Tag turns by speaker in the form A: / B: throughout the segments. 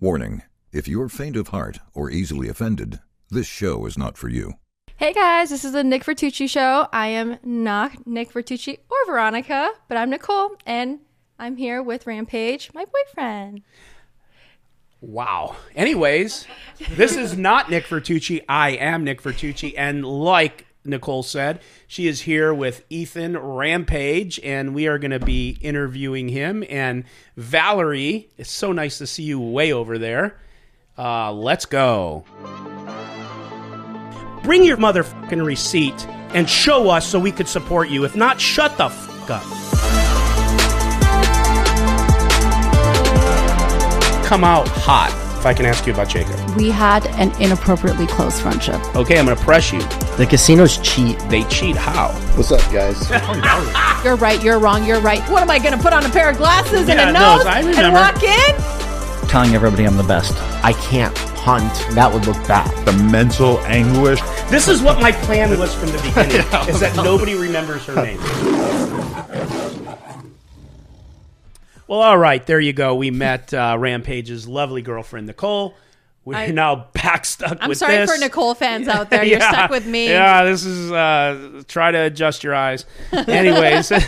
A: Warning If you're faint of heart or easily offended, this show is not for you.
B: Hey guys, this is the Nick Vertucci show. I am not Nick Vertucci or Veronica, but I'm Nicole, and I'm here with Rampage, my boyfriend.
C: Wow. Anyways, this is not Nick Vertucci. I am Nick Vertucci. And like Nicole said, she is here with Ethan Rampage, and we are going to be interviewing him. And Valerie, it's so nice to see you way over there. Uh, let's go. Bring your motherfucking receipt and show us so we could support you. If not, shut the fuck up. Come out hot. If I can ask you about Jacob.
D: We had an inappropriately close friendship.
C: Okay, I'm going to press you.
E: The casinos cheat.
C: They cheat how?
F: What's up, guys?
D: You're right, you're wrong, you're right. What am I going to put on a pair of glasses and
C: Yeah,
D: a
C: no,
D: nose
C: I
D: and
C: remember.
D: walk in?
E: Telling everybody I'm the best.
G: I can't hunt. That would look bad.
H: the mental anguish.
C: This is what my plan was from the beginning: is that nobody remembers her name. Well, all right, there you go. We met uh, Rampage's lovely girlfriend Nicole. We're
D: I-
C: now back stuck.
D: I'm
C: with
D: sorry
C: this.
D: for Nicole fans out there. You're
C: Yeah.
D: stuck with me.
C: Yeah, this is uh, try to adjust your eyes. Anyways.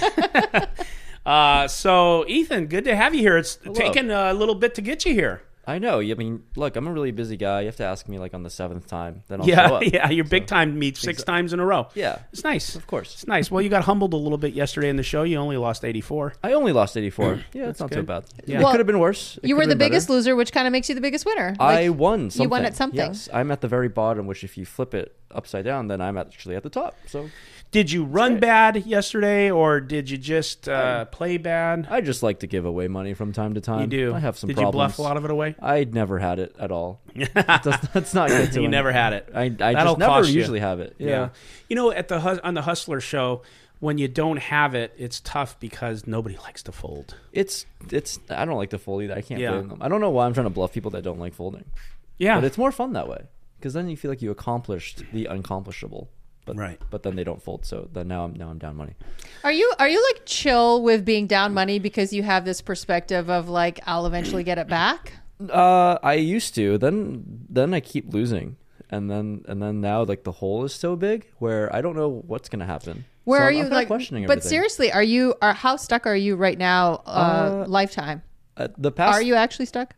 C: Uh, so Ethan, good to have you here. It's taken a little bit to get you here.
I: I know. I mean, look, I'm a really busy guy. You have to ask me like on the seventh time, then I'll show
C: Yeah,
I: up.
C: yeah, you're big time meet six times in a row.
I: Yeah.
C: it's nice.
I: Of course.
C: it's nice. Well, you got humbled a little bit yesterday in the show. You only lost eighty four.
I: I only lost 84. yeah, it's not too
C: good.
I: bad.
C: Yeah.
I: It
D: Well,
I: could have been worse. It
D: You were
I: could've
D: the
I: been
D: biggest
I: better.
D: loser, which kind of makes you the biggest winner.
I: I
D: Like,
I: won something.
D: You won at something.
I: Yes, I'm at the very bottom, which if you flip it upside down, then I'm actually at the top. So
C: Did you run bad yesterday, or did you just uh, play bad?
I: I just like to give away money from time to time.
C: You do.
I: Um, I have some
C: Did
I: problems.
C: you bluff a lot of it away?
I: I'd never had it at all. that's, that's not good to
C: You
I: win.
C: never had it.
I: I, I
C: That'll
I: just never
C: cost you.
I: usually have it. Yeah.
C: You know, at the Hus- on the Hustler show, when you don't have it, it's tough because nobody likes to fold.
I: It's it's. I don't like to fold either. I can't
C: Yeah.
I: blame them. I don't know why I'm trying to bluff people that don't like folding.
C: Yeah.
I: But it's more fun that way because then you feel like you accomplished the unaccomplishable. But,
C: Right.
I: But then they don't fold, so then now I'm now I'm down money.
D: Are you are you like chill with being down money because you have this perspective of like I'll eventually get it back?
I: Uh, I used to. Then then I keep losing, and then and then now like the hole is so big where I don't know what's gonna happen.
D: Where
I: So
D: are
I: I'm-
D: you
I: I'm kinda
D: like?
I: questioning?
D: but
I: everything.
D: seriously, are you are how stuck are you right now? Uh, lifetime.
I: Uh, the past
D: Are you actually stuck?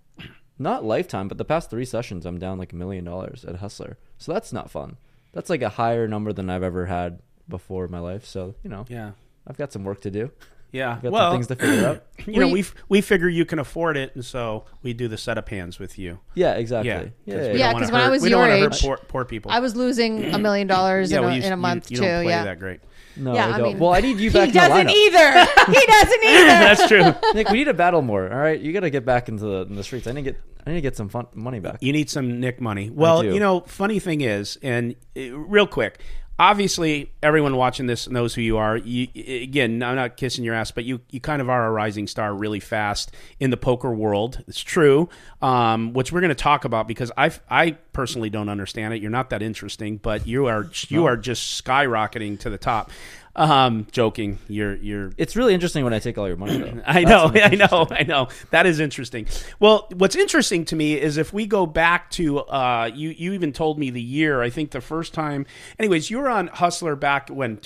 I: not lifetime, but the past three sessions I'm down like a million dollars at Hustler, so that's not fun. That's like a higher number than I've ever had before in my life. So you know,
C: yeah.
I: I've got some work to do.
C: Yeah.
I: I've got
C: well,
I: some things to figure out.
C: you know, we f- we figure you can afford it, and so we do the setup hands with you.
I: Yeah, exactly.
C: Yeah. 'cause we
I: yeah,
C: don't
D: Yeah,
C: wanna
D: 'cause when I
C: hurt-
D: was
C: we don't
D: your
C: wanna hurt
D: age,
C: poor, poor people.
D: I was losing a million dollars in,
C: well,
D: a,
C: you-
D: in
C: you-
D: a month
C: you
D: too.
C: don't play
D: yeah.
C: that great.
I: No,
D: Yeah,
I: I
D: I
I: don't.
D: mean-
I: well, I need you
D: he
I: back in the
D: doesn't
I: lineup.
D: either. he doesn't either.
C: That's true.
I: Nick, we need a battle more. All right, you got to get back into the, in the streets. I need to get I need to get some fun, money back.
C: You need some Nick money. Well,
I: do.
C: you know, funny thing is, and uh, real quick, obviously everyone watching this knows who you are. You, again, I'm not kissing your ass, but you you kind of are a rising star really fast in the poker world. It's true, um, which we're going to talk about because I I personally don't understand it. You're not that interesting, but you are you are just skyrocketing to the top. Um, joking. You're you're
I: It's really interesting when I take all your money though.
C: I
I: That's
C: know,
I: when it's
C: I know, I know. That is interesting. Well, what's interesting to me is if we go back to uh, you. You even told me the year. I think the first time. Anyways, you were on Hustler back when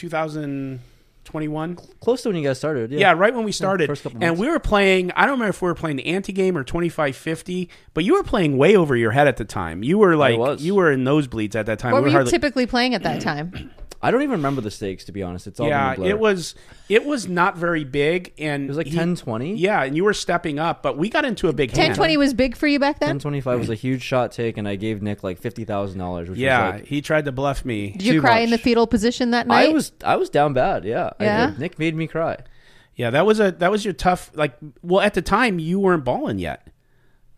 C: 2021.
I: Close to when you guys started. Yeah.
C: Yeah, right when we started,
I: first couple
C: and
I: months.
C: we were playing. I don't remember if we were playing the anti game or 2550, but you were playing way over your head at the time. You were like
I: was.
C: you were in nosebleeds at that time.
D: What
C: We
D: were you
C: hardly-
D: typically playing at that time?
I: I don't even remember the stakes to be honest. It's all been a
C: yeah,
I: blur.
C: it was it was not very big, and
I: It was like
C: he-
I: 10, 20.
C: Yeah, and you were stepping up, but we got into a big hand.
D: 1020 was big for you back then?
I: 1025 was a huge shot take, and I gave Nick like fifty thousand dollars, which
C: Yeah,
I: was like
C: he tried to bluff me.
D: Did you
I: too
D: cry in the
I: much.
D: fetal position that night?
I: I was I was down bad. Yeah, I
D: Yeah?
I: did. Nick made me cry.
C: Yeah, that was a that was your tough like well at the time you weren't balling yet.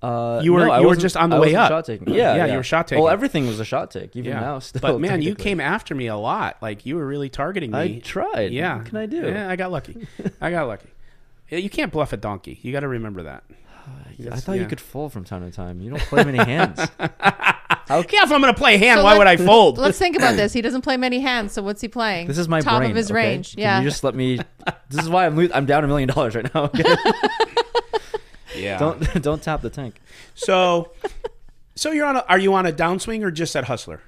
I: Uh,
C: You were-
I: no, I
C: you were
I: wasn't-
C: just on the
I: I
C: way
I: wasn't
C: up.
I: Shot taking. Yeah,
C: Yeah, you were shot taking.
I: Well, everything was a shot take, even
C: Yeah.
I: now. Still,
C: but man, you
I: technically.
C: came after me a lot. Like you were really targeting me.
I: I tried.
C: Yeah.
I: What can I do?
C: Yeah, I got lucky. I got lucky. Yeah, You can't bluff a donkey. You got to remember that.
I: I thought
C: yeah.
I: you could fold from time to time. You don't play many hands.
C: Yeah, if I'm going to play hand,
D: So
C: why would I
D: let's-
C: fold?
D: Let's think about this. He doesn't play many hands, so what's he playing?
I: This is my
D: top
I: brain.
D: of his
I: okay?
D: range.
I: Can
D: Yeah.
I: you just let me. This is why I'm lo- I'm down a million dollars right now. okay?
C: Yeah.
I: Don't don't tap the tank.
C: So, so you're on. A, are you on a downswing or just at Hustler?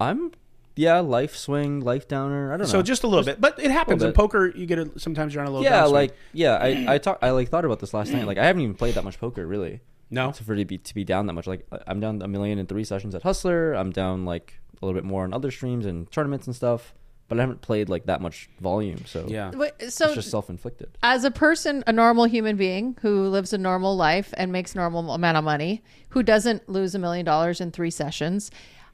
I: I'm yeah, life swing, life downer. I don't
C: So
I: know.
C: just a little bit, but it happens in
I: bit.
C: poker. You get a, sometimes you're on a little.
I: yeah,
C: downswing.
I: like yeah, I I talk I like thought about this last night. Like I haven't even played that much poker really.
C: no.
I: to for it to be to be down that much. Like I- I'm down a million in three sessions at Hustler. I'm down like a little bit more on other streams and tournaments and stuff. But I haven't played like that much volume, so
C: Yeah.
D: Wait,
I: it's
D: so
I: just self inflicted.
D: as a person, a normal human being who lives a normal life and makes normal amount of money, who doesn't lose a million dollars in three sessions,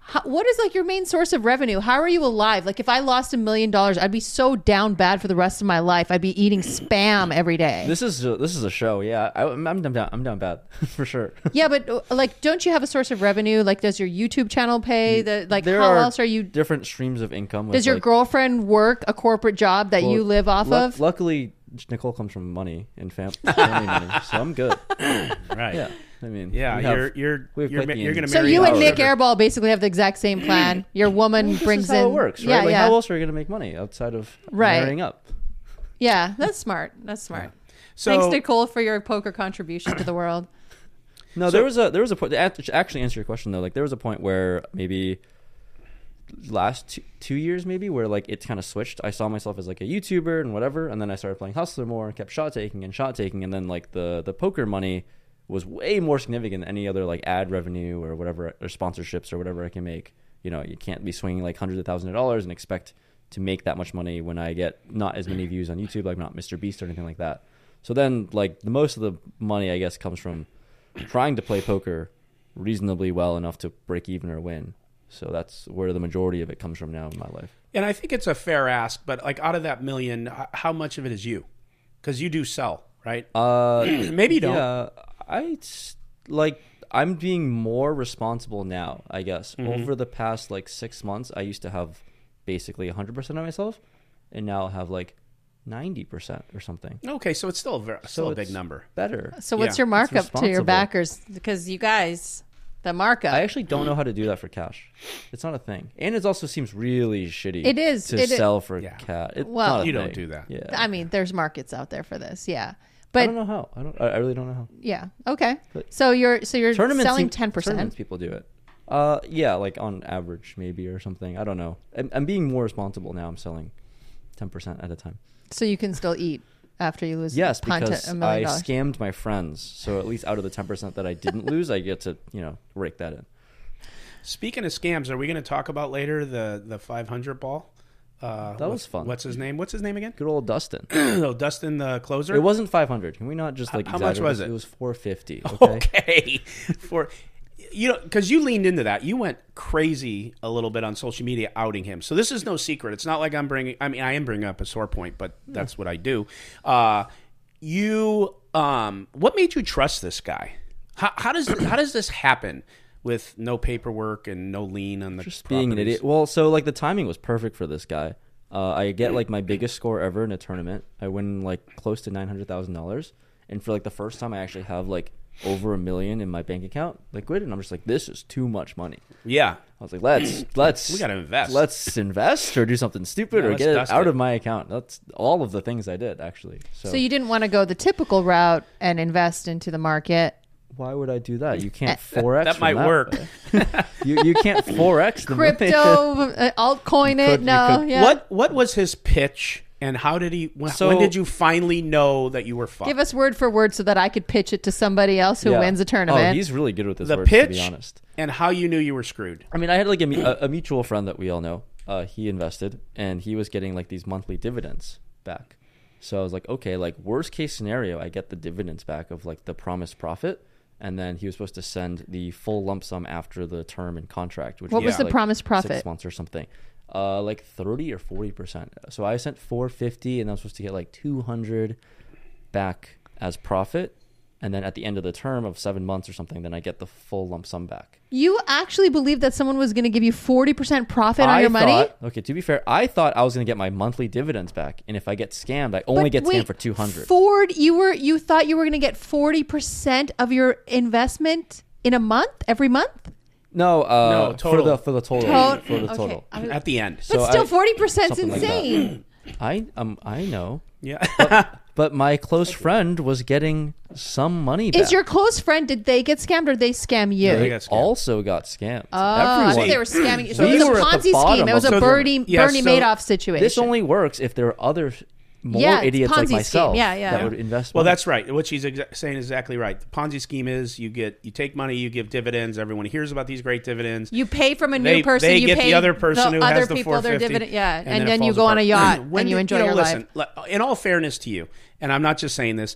D: how, what is like your main source of revenue? How are you alive? Like if I lost a million dollars, I'd be so down bad for the rest of my life. I'd be eating spam every day.
I: This is a, this is a show, yeah. I, I'm I'm down, I'm down bad for sure.
D: yeah, but uh, like, don't you have a source of revenue? Like, does your YouTube channel pay? The like,
I: There
D: how
I: are
D: else are you?
I: different streams of income? with,
D: Does your
I: like,
D: girlfriend work a corporate job that you
I: well,
D: live off
I: luck-
D: of?
I: Luckily, Nicole comes from money and fam- family money, so I'm good.
C: Right.
I: Yeah, I mean,
C: Yeah,
I: we have-
C: you're you're
I: we have
C: you're, ma-
I: plenty
C: you're
I: in-
C: gonna
D: So
C: marry
D: you
C: a
D: and Nick
C: sugar.
D: Airball basically have the exact same plan. Your woman brings
I: This is how
D: in
I: it works, right?
D: Yeah,
I: like,
D: yeah,
I: How else are you gonna make money outside of
D: Right.
I: marrying up?
D: yeah. That's smart. That's smart.
C: So
D: Thanks, Nicole, for your poker contribution to the world.
I: No, there was a there was a point to act- to actually answer your question though. Like there was a point where maybe last two, two years maybe where like it kind of switched. I saw myself as like a YouTuber and whatever, and then I started playing Hustler more and kept shot taking and shot taking, and then like the the poker money was way more significant than any other like ad revenue or whatever or sponsorships or whatever I can make. You know, you can't be swinging like hundreds of thousands of dollars and expect to make that much money when I get not as many views on YouTube, like not Mr. Beast or anything like that. So then, like the most of the money, I guess, comes from trying to play poker reasonably well enough to break even or win. So that's where the majority of it comes from now in my life.
C: and I think it's a fair ask, but like out of that million, h- how much of it is you? Because you do sell, right?
I: Uh,
C: Maybe you don't.
I: yeah, I s- like I'm being more responsible now. I guess
C: Mm-hmm.
I: over the past like six months, I used to have basically 100 percent of myself, and now I have like 90 percent or something.
C: Okay, so it's still a ver- still
I: So
C: a big
I: it's
C: number.
I: Better.
D: Uh, So what's
C: Yeah,
D: your markup to your
I: responsible.
D: backers? Because you guys, the markup.
I: I actually don't know how to do that for cash. It's not a thing, and it also seems really shitty.
D: It is.
I: to
D: It i-
I: sell for
C: Yeah.
I: cash. It's
D: Well-
I: not a
C: You don't do
I: thing.
C: that.
I: Yeah,
D: I mean, there's markets out there for this. Yeah,
I: I
D: but
I: don't know how. I don't. I I really don't know how.
D: yeah, okay.
I: But-
D: So you're so you're
I: Tournaments
D: selling
I: seem-
D: ten percent.
I: tournaments people do it. Uh, yeah, like on average maybe or something. I don't know. I'm, I'm being more responsible now. I'm selling ten percent at a time.
D: So you can still eat after you lose.
I: Yes,
D: punt
I: because
D: a
I: I
D: million dollars.
I: scammed my friends. So at least out of the ten percent that I didn't lose, I get to you know rake that in.
C: Speaking of scams, are we going to talk about later the the 500 ball? Uh,
I: That
C: what's-
I: was fun.
C: What's his name? What's his name again?
I: Good old Dustin.
C: No, Dustin the closer.
I: it wasn't five hundred. Can we not just like
C: How much
I: exaggerate
C: was
I: this?
C: it?
I: It was four fifty. Okay.
C: okay for you know because you leaned into that you went crazy a little bit on social media outing him so this is no secret it's not like i'm bringing i mean i am bringing up a sore point but that's what i do uh you um what made you trust this guy how, how does how does this happen with no paperwork and no lien on the
I: just being an
C: properties?
I: idiot. Well, so like the timing was perfect for this guy. Uh, I get like my biggest score ever in a tournament. I win like close to nine hundred thousand dollars, and for like the first time, I actually have like over a million in my bank account liquid, and I'm just like, this is too much money.
C: yeah
I: I was like, let's let's
C: We gotta invest.
I: Let's invest or do something stupid
C: Yeah,
I: or
C: let's
I: get it
C: dust
I: out
C: it.
I: of my account. That's all of the things I did actually. So,
D: So you didn't want to go the typical route and invest into the market.
I: why would I do that? You can't forex.
C: that
I: from
C: might work
I: you you can't forex the money.
D: Crypto, uh, altcoin it.
I: could- you
D: no,
I: could-
D: yeah.
C: what what was his pitch and how did he when,
I: So-
C: when did you finally know that you were fucked
D: Give us word for word so that I could pitch it to somebody else who
I: Yeah.
D: wins a tournament.
I: Oh, he's really good with his
C: the
I: words.
C: pitch
I: to be honest.
C: and how you knew you were screwed
I: I mean, I had like a, mu- a, a mutual friend that we all know. Uh, he invested, and he was getting like these monthly dividends back. So I was like, okay, like worst case scenario, I get the dividends back of like the promised profit, and then he was supposed to send the full lump sum after the term and contract. Which
D: What was the
I: like,
D: promised
I: Six
D: profit?
I: months or something, uh, like thirty or forty percent. So I sent four fifty, and I was supposed to get like two hundred back as profit, and then at the end of the term of seven months or something, then I get the full lump sum back.
D: You actually believed that someone was going to give you 40% profit on
I: I
D: your money?
I: thought- okay, to be fair, I thought I was going to get my monthly dividends back, and if I get scammed, I only
D: But
I: get
D: wait,
I: scammed for two hundred.
D: Ford, you were you thought you were going to get 40% of your investment in a month every month?
I: No, uh,
C: No,
I: for
C: total.
I: the for the total
D: Tot-
I: for the
D: okay.
I: total.
D: I was-
C: at the end
D: but
I: So
D: still
I: I-
D: 40% is
I: something like that.
D: insane.
I: I um I know,
C: yeah
I: But my close friend was getting some money back.
D: Is your close friend? Did they get scammed or they scam you?
C: They
I: they
C: got scammed.
I: also got scammed.
D: oh, I thought
I: Everyone.
D: they were scamming you. So
I: We
D: it
I: were
D: was a
I: at the
D: Ponzi scheme.
I: bottom
D: It was
I: of
D: a
I: the-
D: Bernie
C: Yeah,
D: Bernie
C: so
D: Madoff situation.
I: This only works if there are other more
D: Yeah, it's
I: idiots
D: Ponzi
I: like
D: scheme.
I: myself
D: Yeah, yeah.
I: that
D: Yeah.
I: would invest.
C: Well,
I: money.
C: that's right. What she's exa- saying is exactly right. The Ponzi scheme is you get you take money, you give dividends. Everyone hears about these great dividends.
D: You pay from a new
C: They-
D: person.
C: they
D: you
C: get the
D: pay
C: other person who
D: other
C: has the
D: people their
C: 450,
D: dividend. Yeah, and,
C: it
D: then, you
C: falls
D: go on a
C: apart.
D: yacht and you
C: did-
D: enjoy
C: know,
D: your
C: listen,
D: life.
C: le- In all fairness to you, and I'm not just saying this,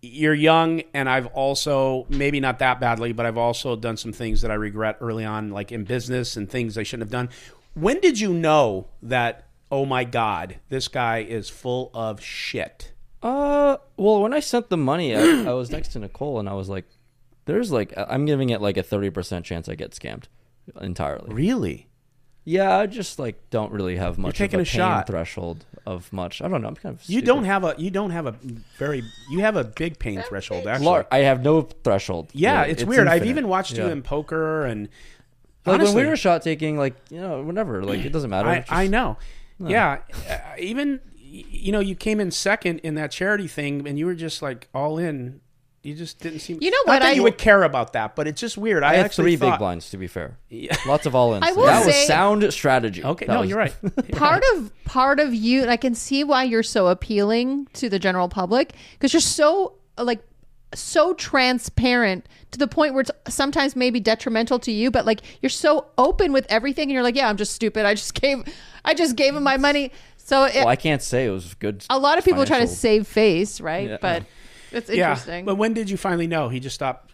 C: you're young, and I've also maybe not that badly, but I've also done some things that I regret early on, like in business and things I shouldn't have done. When did you know that? Oh my God, this guy is full of shit.
I: Uh, well, when I sent the money, I, I was next to Nicole, and I was like, "There's like, I- I'm giving it like a thirty percent chance I get scammed entirely."
C: Really?
I: Yeah, I just like don't really have much.
C: taking
I: of
C: a
I: a, pain
C: shot.
I: threshold of much. I don't know. I'm kind of
C: You
I: stupid.
C: don't have a you don't have a very you have a big pain threshold actually.
I: Lar- I have no threshold.
C: yeah,
I: really.
C: it's, weird. I've
I: infinite.
C: even watched you
I: Yeah.
C: in poker and
I: like
C: honestly,
I: when we were shot taking, like you know, whenever, like it doesn't matter.
C: I,
I: It's just-
C: I know. Yeah, uh, even y- you know you came in second in that charity thing, and you were just like all in. You just didn't seem.
D: You know
C: Not
D: what
C: that
D: I-
C: you would care about that, but it's just weird. I,
I: I had
C: actually
I: three
C: thought,
I: big blinds. To be fair, lots of all ins.
D: I will
I: that
D: say-
I: was sound strategy.
C: Okay,
I: That
C: no,
I: was-
C: you're right.
D: part of part of you and i can see why you're so appealing to the general public because you're so like so transparent to the point where it's sometimes maybe detrimental to you but like you're so open with everything and you're like yeah i'm just stupid i just gave i just gave him my money so it,
I: Well, I can't say it was good.
D: a lot of people try to
I: financial-
D: save face right
I: Yeah.
D: but it's
C: yeah,
D: interesting
C: but when did you finally know? He just stopped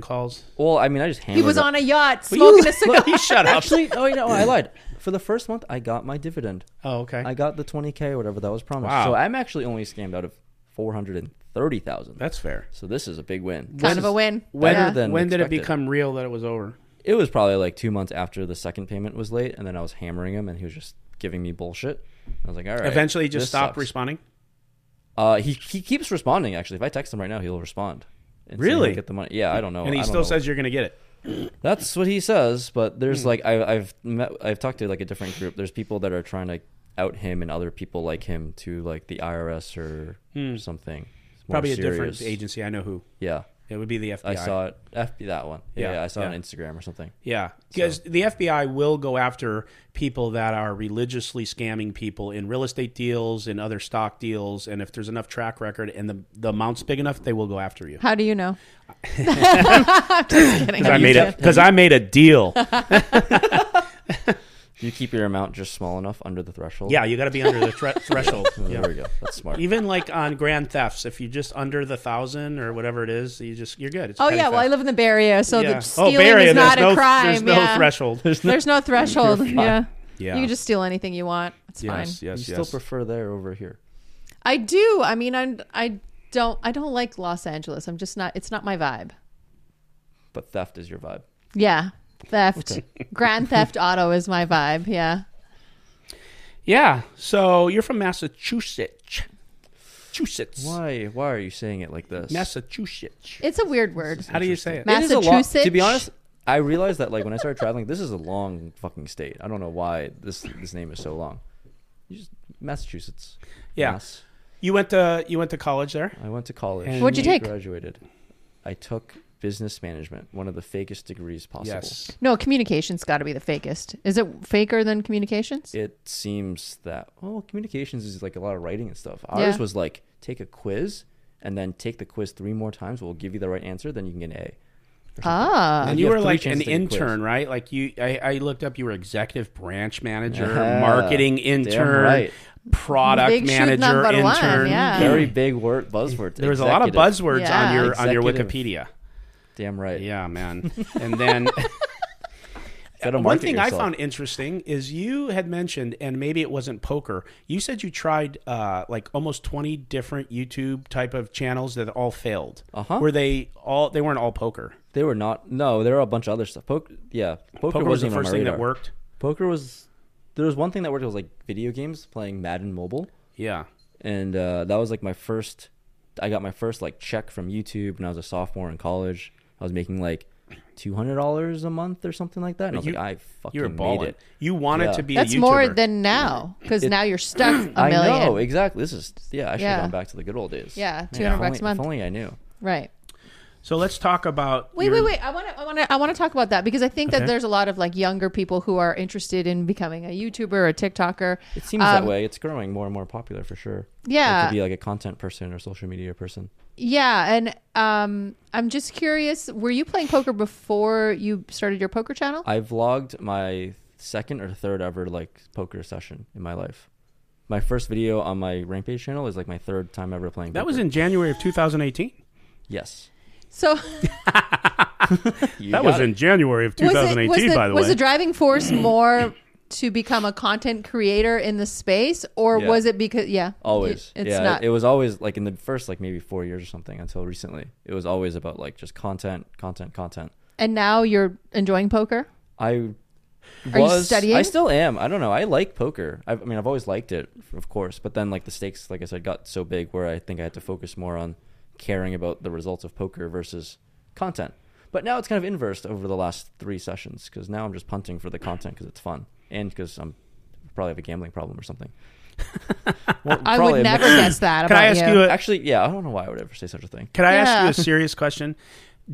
C: calls.
I: Well, I mean, I just
D: he
I: handled
D: was
I: it.
D: on a yacht smoking a cigar
C: He shut up.
I: Actually, oh, you know, I lied. For the first month, I got my dividend.
C: Oh, okay.
I: I got the 20K or whatever that was promised.
C: Wow.
I: So I'm actually only scammed out of 430,000.
C: That's fair.
I: So this is a big win.
D: kind of a win
C: When,
I: Better than
C: when did it
I: expected.
C: become real that it was over?
I: It was probably like two months after the second payment was late, and then I was hammering him, and he was just giving me bullshit. I was like, all right.
C: Eventually, he just
I: this
C: stopped
I: sucks.
C: responding.
I: Uh, he, he keeps responding, actually. If I text him right now, he'll respond. And say he'll
C: Really?
I: Get the money. Yeah, I don't know.
C: and he
I: I don't
C: still
I: know.
C: says you're going to get it.
I: That's what he says, but
C: Hmm.
I: there's like I, I've met, I've talked to like a different group. There's people that are trying to out him and other people like him to like the IRS or something. It's more
C: Hmm. Probably a
I: serious.
C: different agency. I know who.
I: Yeah,
C: It would be the FBI.
I: I saw it. FB that one. Yeah,
C: Yeah,
I: yeah, I saw it
C: yeah.
I: on Instagram or something.
C: Yeah, because the FBI will go after people that are religiously scamming people in real estate deals, in other stock deals, and if there's enough track record and the the amount's big enough, they will go after you.
D: how do you know
C: Because I made a because I made a deal.
I: Do you keep your amount just small enough under the threshold?
C: yeah, you got to be under the thre- threshold.
I: Oh,
C: Yeah.
I: There we go. That's smart.
C: Even like on grand thefts, if you just under the thousand or whatever it is, you just you're good. It's
D: oh
C: petty
D: yeah well i
C: theft.
D: live in the bay area so
C: Yeah. Oh,
D: the stealing
C: Bay Area,
D: is not a
C: there's no,
D: crime
C: There's no
D: yeah.
C: threshold.
D: There's no threshold. yeah.
C: Yeah.
D: You can just steal anything you want. It's
C: yes,
D: fine.
I: you
C: yes,
I: still
C: yes.
I: prefer there over here.
D: I do. I mean, I'm, I don't. I don't like Los Angeles. I'm just not. It's not my vibe.
I: But theft is your vibe.
D: Yeah. Theft. Grand Theft Auto is my vibe. Yeah.
C: yeah. So you're from Massachusetts. Massachusetts.
I: Why? Why are you saying it like this?
C: Massachusetts.
D: It's a weird word.
C: How do you say it?
I: It is a lo-
D: Massachusetts.
I: to be honest, I realized that like when I started traveling, this is a long fucking state. I don't know why this this name is so long. You just Massachusetts.
C: Yeah.
I: Mass.
C: You went to you went to college there.
I: I went to college.
C: And-
D: What'd you
I: I
D: take?
I: Graduated. I took business management, one of the fakest degrees possible.
D: No, communications got to be the fakest. Is it faker than communications?
I: It seems that well, communications is like a lot of writing and stuff. Ours
D: Yeah.
I: was like take a quiz and then take the quiz three more times. We'll give you the right answer, then you can get an A.
D: ah.
C: And
I: Uh, You
C: you,
I: have
C: were
I: three
C: like an
I: chances to get a quiz.
C: intern, right? Like you, I, I looked up. You were executive branch manager,
I: Yeah,
C: marketing
I: damn
C: intern,
I: right.
C: product
D: Big shoot
C: manager,
D: number
C: intern.
D: one, yeah.
I: Very big word buzzword.
C: There was a lot of
I: Executive.
C: buzzwords
D: Yeah.
C: on your on your
I: Executive.
C: Wikipedia.
I: Damn right.
C: Yeah, man. And then
I: Gotta
C: one
I: market
C: thing I
I: yourself.
C: found interesting is you had mentioned, and maybe it wasn't poker. You said you tried uh, like almost twenty different YouTube type of channels that all failed.
I: Uh-huh.
C: Were they all? They weren't all poker.
I: They were not. No, there were a bunch of other stuff. Poker, yeah, poker,
C: Poker was the
I: wasn't even on
C: first
I: my
C: thing that
I: radar.
C: worked.
I: Poker was. There was one thing that worked. It was like video games, playing Madden Mobile,
C: Yeah.
I: and uh, that was like my first. I got my first like check from YouTube when I was a sophomore in college. I was making like two hundred dollars a month or something like that. And I was
C: you-
I: like, I fucking
C: You're
I: made
C: balling.
I: it.
C: You wanted
I: Yeah.
C: to be
D: That's
C: a YouTuber.
D: more than now because now you're stuck a
I: I
D: million.
I: know exactly. This is yeah. I should have
D: Yeah.
I: gone back to the good old days.
D: Yeah,
I: Man,
D: 200
I: if
D: bucks a
I: only-
D: month.
I: If only I knew.
D: Right.
C: so let's talk about.
D: Wait,
C: your-
D: wait, wait. I want to, I want to, I want to talk about that because I think
C: Okay.
D: that there's a lot of like younger people who are interested in becoming a YouTuber or a TikToker.
I: It seems that way. It's growing more and more popular for sure.
D: Um, Yeah.
I: like to be like a content person or social media person.
D: Yeah, and um, I'm just curious. Were you playing poker before you started your poker channel?
I: I vlogged my second or third ever like poker session in my life. My first video on my Rampage channel is like my third time ever playing.
C: That was
I: poker.
C: in January of 2018.
I: yes.
D: So
I: You
C: That
I: got
C: was
I: it.
C: in January of
D: was
C: 2018.
D: it was the,
C: by the
D: was
C: way,
D: the driving force more to become a content creator in the space, or
I: Yeah.
D: was it because yeah,
I: always.
D: it's
I: yeah,
D: not
I: it was always like in the first like maybe four years or something until recently. It was always about like just content, content, content.
D: and now you're enjoying poker.
I: I was,
D: Are you studying?
I: I still am. I don't know. I like poker. I've, I mean, I've always liked it, of course. But then, like the stakes, like I said, got so big where I think I had to focus more on caring about the results of poker versus content. But now it's kind of inversed over the last three sessions because now I'm just punting for the content because it's fun and because I'm probably have a gambling problem or something. Well,
D: I
I: probably
D: would
I: a mix-
D: never guess that
C: Can
D: about
C: I ask you a-
I: Actually, yeah, I don't know why I would ever say such a thing.
C: Can I ask you
D: Yeah.
C: a serious question?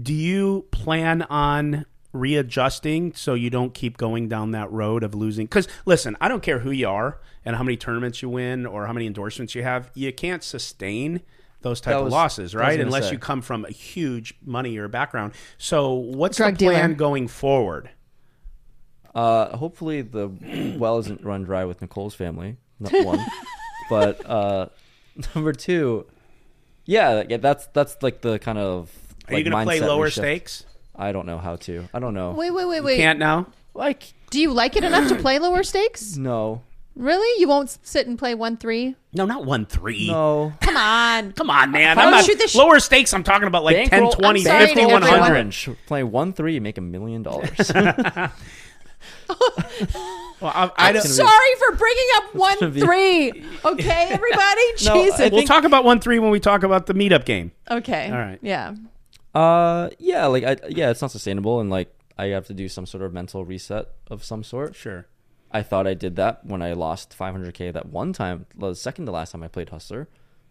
C: Do you plan on readjusting so you don't keep going down that road of losing? Because listen, I don't care who you are and how many tournaments you win or how many endorsements you have, you can't sustain those type
I: That
C: of
I: was-
C: losses,
I: that was
C: right?
I: gonna
C: Unless
I: say.
C: you come from a huge money or background. So what's
D: Drug
C: the
D: dealer.
C: plan going forward?
I: Uh, hopefully the well isn't run dry with Nicole's family. Not one, but uh, number two, yeah, like, yeah, that's that's like the kind of.
C: Are you
I: like,
C: going to play
I: mindset we
C: lower
I: shift.
C: stakes?
I: I don't know how to. I don't know.
D: Wait, wait, wait, wait.
C: Can't now?
I: Like
D: Do you like it enough to play lower stakes?
I: no,
D: Really? You won't s- sit and play one three?
C: No, not 1 3.
I: no.
D: Come on.
C: Come on, man.
D: How do
C: I'm
D: you
C: not,
D: shoot the sh-
C: lower stakes, I'm talking about like 10, 20,
D: I'm sorry
C: 50,
D: to
C: 100.
D: everyone.
I: Orange. Play one three, make a million dollars.
C: Well, I, I don't,
D: Sorry for bringing up one
I: be-
D: three. Okay, everybody.
I: No, I
D: Jesus.
I: think-
C: We'll talk about 1 3 when we talk about the meetup game.
D: okay.
C: All right.
D: Yeah.
I: Uh, yeah, like I, yeah, it's not sustainable, and like I have to do some sort of mental reset of some sort.
C: Sure.
I: I thought I did that when I lost 500k that one time, the second to last time I played Hustler,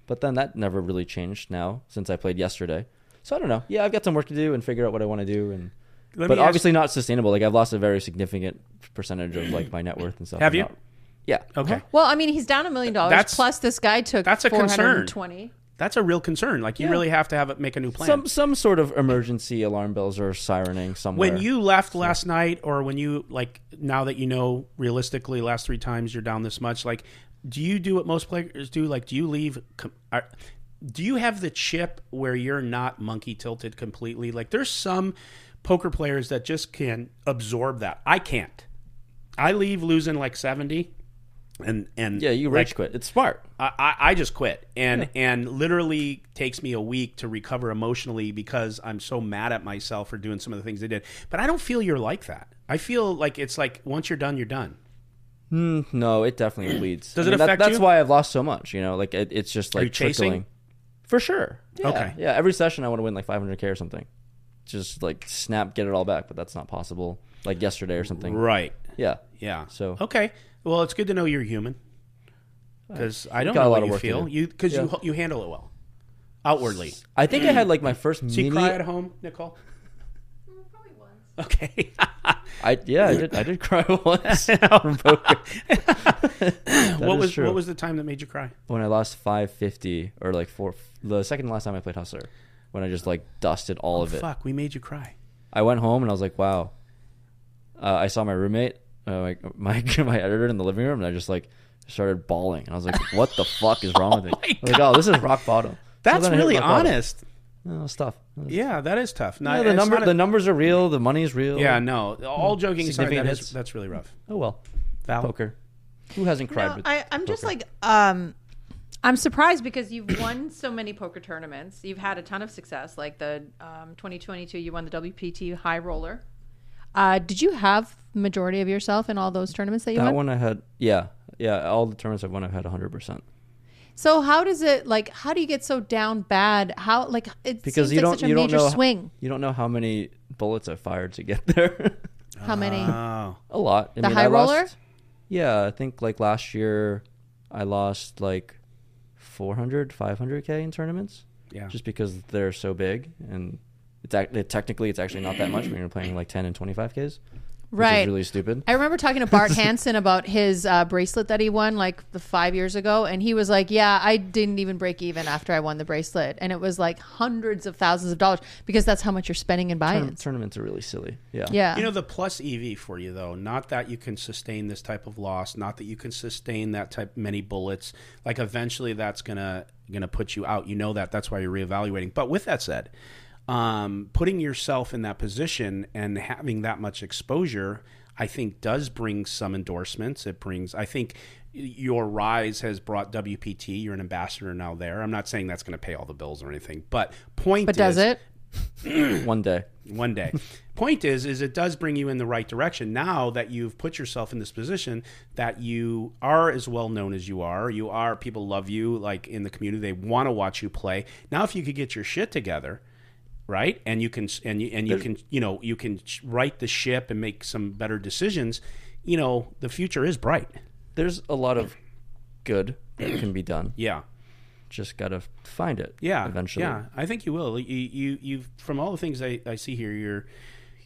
I: but then that never really changed now since I played yesterday. So I don't know. Yeah, I've got some work to do and figure out what I want to do, and
C: Let
I: but
C: me ask-
I: obviously not sustainable. Like I've lost a very significant percentage of like my net worth and stuff.
C: Have
I: I'm
C: you?
I: not- yeah.
C: Okay.
D: Well, I mean, he's down a million dollars.
C: That's-
D: Plus, this guy took
C: that's a concern.
D: 420.
C: That's a real concern. Like you
I: Yeah.
C: really have to have it make a new plan.
I: Some some sort of emergency alarm bells are sirening somewhere.
C: when you left last night or when you like now that you know realistically last three times you're down this much like do you do what most players do like do you leave com- are, do you have the chip where you're not monkey tilted completely like there's some poker players that just can absorb that i can't i leave losing like 70 and and
I: yeah, you
C: like,
I: rage quit. It's smart.
C: I, I- I just quit and and literally takes me a week to recover emotionally because I'm so mad at myself for doing some of the things I did. But I don't feel you're like that. I feel like it's like once you're done, you're done.
I: No, it definitely bleeds.
C: Does
I: I
C: it
I: mean, that-
C: affect
I: That's
C: you?
I: why I've lost so much. You know, like it, it's just like
C: you chasing?
I: trickling. For sure. Yeah.
C: Okay.
I: Yeah. Every session, I want to win like 500k or something. Just like snap, get it all back, but that's not possible. Like yesterday or something.
C: Right.
I: Yeah.
C: Yeah.
I: So- Uh,
C: okay. Well, it's good to know you're human because I don't
I: got a
C: know
I: lot
C: what
I: of
C: you
I: work to
C: feel.
I: do.
C: You because you
I: Yeah.
C: ho- you handle it well outwardly.
I: I think I had like my first
C: Do you
I: mini.
C: cry at home, Nicole? Probably once. Okay.
I: I yeah, I did. I did cry once from poker. That
C: Oh, what
I: is
C: was
I: true.
C: what was the time that made you cry?
I: when I lost 550 or like four? The second to last time I played Hustler, when I just like dusted all of it.
C: Fuck, we made you cry.
I: I went home and I was like, wow. Uh, I saw my roommate, uh, my, my my editor in the living room, and I just like started bawling. And I was like, what the fuck is wrong with me? I was like, oh, this is rock bottom. So
C: That's
I: then I hit
C: really
I: rock bottom.
C: honest.
I: No, it's tough.
C: Yeah, that is tough. No,
I: Yeah, the
C: it's
I: number
C: not a-
I: the numbers are real. The money's real.
C: Yeah, no. All joking aside, that
I: Significant
C: is,
I: hits.
C: that's really rough.
I: Oh well.
C: Val?
I: Poker. Who hasn't cried?
D: No,
I: with
D: I, I'm just
I: poker?
D: like, um, I'm surprised because you've won so many poker tournaments. You've had a ton of success. Like the um, 2022, you won the WPT High Roller. Uh, did you have majority of yourself in all those tournaments that you
I: that
D: won?
I: one. I had. Yeah, yeah. All the tournaments I've won, I've had 100. percent
D: So how does it like? How do you get so down bad? How like it
I: because
D: seems
I: you
D: like
I: don't
D: such a
I: you don't
D: major
I: know
D: swing.
I: you don't know how many bullets are fired to get there.
D: How many?
I: uh,
C: Oh,
I: a lot. I
D: The
I: mean,
D: high
I: I lost-
D: roller?
I: yeah, I think like last year, I lost like 400, 500 k in tournaments.
C: Yeah.
I: just because they're so big and. It's act- it, technically it's actually not that much when you're playing like 10 and 25 ks, Which
D: right.
I: is really stupid.
D: I remember talking to Bart Hansen about his uh, bracelet that he won like the five years ago, and he was like, "Yeah, I didn't even break even after I won the bracelet, and it was like hundreds of thousands of dollars because that's how much you're spending in
I: Tourna-
D: buy-ins."
I: tournaments are really silly. Yeah.
D: yeah,
C: You know the plus EV for you though. Not that you can sustain this type of loss. Not that you can sustain that type many bullets. Like eventually that's gonna gonna put you out. You know that. That's why you're reevaluating. But with that said, um, putting yourself in that position and having that much exposure, I think does bring some endorsements. It brings. I think your rise has brought WPT. You're an ambassador now there. I'm not saying that's going to pay all the bills or anything, but point.
D: but does
C: is,
D: it?
I: One day.
C: one day. Point is, is it does bring you in the right direction now that you've put yourself in this position that you are as well known as you are. You are people love you like in the community. They want to watch you play. Now, if you could get your shit together, right, and you can and you and you can you know you can sh- right the ship and make some better decisions. You know, the future is bright.
I: There's a lot of good that can be done.
C: Yeah.
I: Just gotta find it.
C: yeah
I: Eventually.
C: yeah i think you will you you you've from all the things i, I see here you're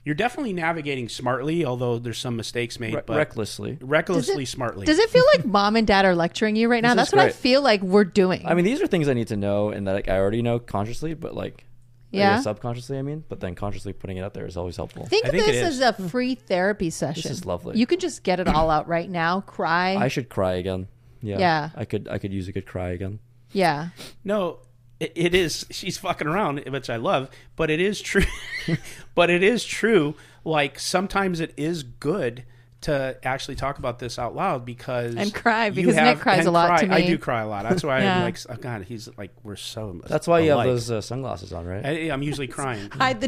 C: you're definitely navigating smartly although there's some mistakes made
I: Re-
C: but
I: recklessly.
C: recklessly
D: Does it-
C: smartly
D: Does it feel like mom and dad are lecturing you right now?
I: This
D: That's
I: is
D: what I
I: great.
D: feel like we're doing.
I: I mean, these are things I need to know and that like, I already know consciously, but like, I guess
D: Yeah.
I: subconsciously, I mean, but then consciously putting it out there is always helpful.
D: Think
C: I
D: of
C: think it
D: this
C: is.
D: as a free therapy session.
I: is lovely.
D: You can just get it all out right now. Cry.
I: I should cry again. Yeah.
D: Yeah.
I: I could, I could use a good cry again.
D: yeah.
C: no it, it is she's fucking around which i love but it is true but it is true like sometimes it is good to actually talk about this out loud because
B: And cry,
C: you
B: because Nick cries
C: and
B: a lot
C: cry.
B: to
C: I
B: me.
C: do cry a lot. That's why
B: Yeah.
C: I'm like, oh god, he's like, we're so.
I: That's why you have
C: alike.
I: those uh, sunglasses on, right?
C: I, I'm usually crying.
D: Hide the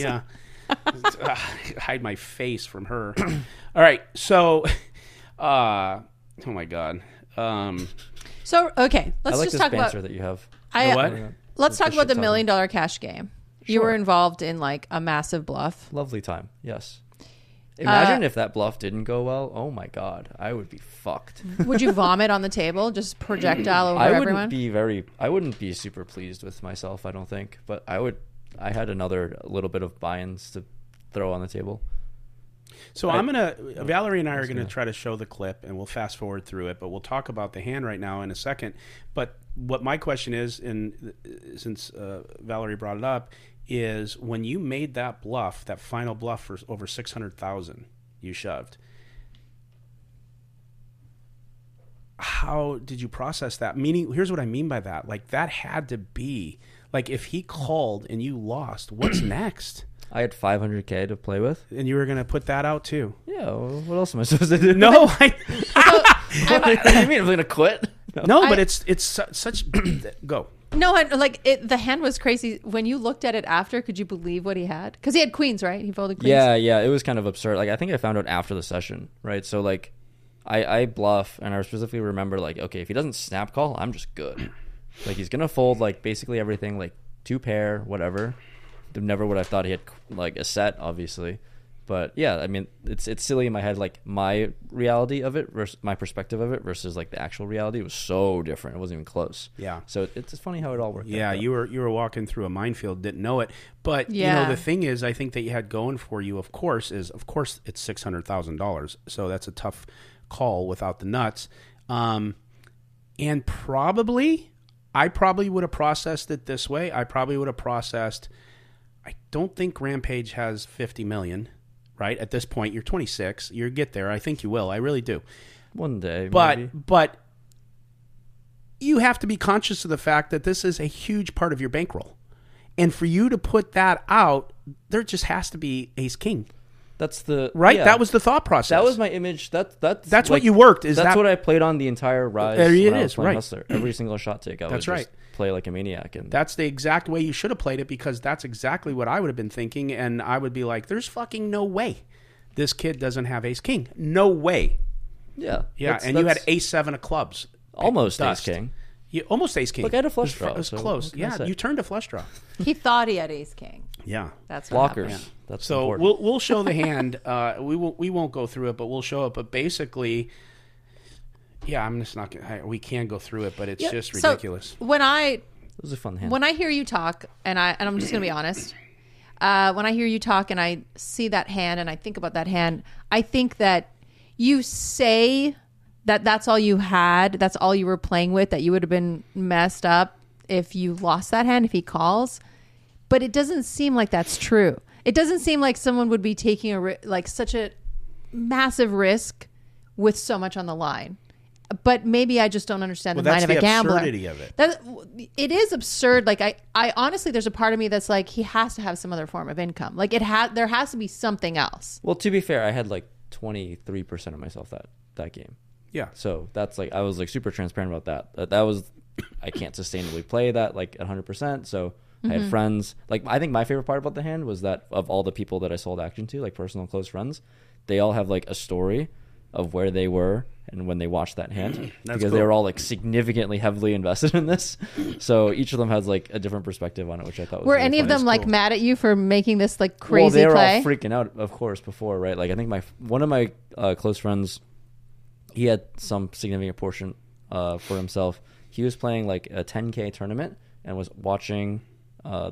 C: yeah. Uh, hide my face from her. All right. So, uh, oh my God. Um,
D: So okay, let's
I: I like
D: just
I: this
D: talk
I: banter
D: about.
I: that you have. Uh,
D: I,
C: what?
D: Let's talk
I: the
D: about the
I: shit
D: million dollar cash game. You were involved in like a massive bluff.
I: Lovely time. Yes.
D: Uh,
I: Imagine if that bluff didn't go well. Oh my God. I would be fucked.
D: Would you vomit on the table, just projectile over
I: I wouldn't
D: everyone?
I: be very. I wouldn't be super pleased with myself. I don't think, but I would. I had another little bit of buy-ins to throw on the table.
C: so I'm going to, Valerie and I are going to try to show the clip and we'll fast forward through it, but we'll talk about the hand right now in a second. But what my question is, and uh, since uh, Valerie brought it up, is when you made that bluff, that final bluff for over 600,000 you shoved. how did you process that? Meaning, here's what I mean by that. Like that had to be like if he called and you lost, what's next?
I: I had 500k to play with.
C: And you were gonna put that out too.
I: Yeah. well, What else am I supposed to do?
C: No, I,
I: what do you mean I'm gonna quit?
C: no, but it's it's su- such go.
D: no, and like it, the hand was crazy. When you looked at it after, could you believe what he had? Because he had queens, right? He folded queens.
I: Yeah, yeah. It was kind of absurd. Like I think I found out after the session, right? So like, I I bluff, and I specifically remember like, okay, if he doesn't snap call, I'm just good. Like he's gonna fold like basically everything, like two pair, whatever. Never would I thought he had like a set, obviously. But yeah, I mean, it's it's silly in my head. Like my reality of it versus my perspective of it versus like the actual reality was so different. It wasn't even close.
C: Yeah.
I: So it's, it's funny how it all worked.
C: Yeah,
I: out, though.
C: you were you were walking through a minefield, didn't know it. But you
D: Yeah.
C: know the thing is, I think that you had going for you. Of course, is of course it's six hundred thousand dollars. So that's a tough call without the nuts. Um, and probably, I probably would have processed it this way. I probably would have processed. I don't think Rampage has 50 million, right? At this point, you're 26. You get there. I think you will. I really do
I: one day,
C: but
I: maybe.
C: but you have to be conscious of the fact that this is a huge part of your bankroll and for you to put that out there just has to be ace king
I: that's the
C: right
I: yeah.
C: that was the thought process
I: That was my image. That that
C: That's what you worked, is
I: that's
C: that-
I: what I played on the entire rise.
C: There it
I: when I was
C: is,
I: playing
C: right.
I: Hustler. Every single shot take, I would
C: That's
I: just
C: right.
I: play like a maniac. And
C: that's the exact way you should have played it because that's exactly what i would have been thinking and i would be like there's fucking no way this kid doesn't have ace king no way
I: yeah,
C: yeah
I: that's-
C: and you had
I: that's
C: ace seven of clubs
I: almost
C: dust.
I: ace king.
C: You almost ace king.
I: Look, I had a flush
C: It was-
I: draw,
C: It was
I: so
C: close.
I: what can I
C: Yeah,
I: say?
C: you turned a flush draw.
F: He thought he had ace king.
C: Yeah.
F: That's what
I: blockers.
F: happened.
I: That's
C: so
I: important.
C: we'll we'll show the hand. Uh, we will we won't go through it, but we'll show it. But basically, yeah, I'm just not. gonna I- We can go through it, but it's just
D: So,
C: ridiculous.
D: when I
I: it was a fun hand.
D: when I hear you talk, and I and I'm just gonna be honest, uh, when I hear you talk and I see that hand and I think about that hand, I think that you say that that's all you had, that's all you were playing with, that you would have been messed up if you lost that hand if he calls, but it doesn't seem like that's true. It doesn't seem like someone would be taking a ri- like such a massive risk with so much on the line. But maybe I just don't understand
C: Well,
D: the mind of
C: that's
D: a
C: the
D: gambler.
C: absurdity of it.
D: That it is absurd. Like I, I honestly, there's a part of me that's like, he has to have some other form of income. Like it had, there has to be something else.
I: well, to be fair, I had like 23% of myself that that game.
C: yeah.
I: So that's like I was like super transparent about that. That, that was I can't sustainably play that like 100%. So I
D: Mm-hmm.
I: had friends. Like I think my favorite part about the hand was that of all the people that I sold action to, like personal close friends, they all have like a story of where they were and when they watched that hand because they
C: cool.
I: were all like significantly heavily invested in this. So each of them has like a different perspective on it, which I thought was
D: Were
I: really
D: any of
I: funny.
D: them like mad at you for making this like
I: Well,
D: crazy
I: they were
D: play?
I: all freaking out, of course, before, right? Like I think my one of my uh, close friends, he had some significant portion uh, for himself. He was playing like a 10k tournament and was watching uh,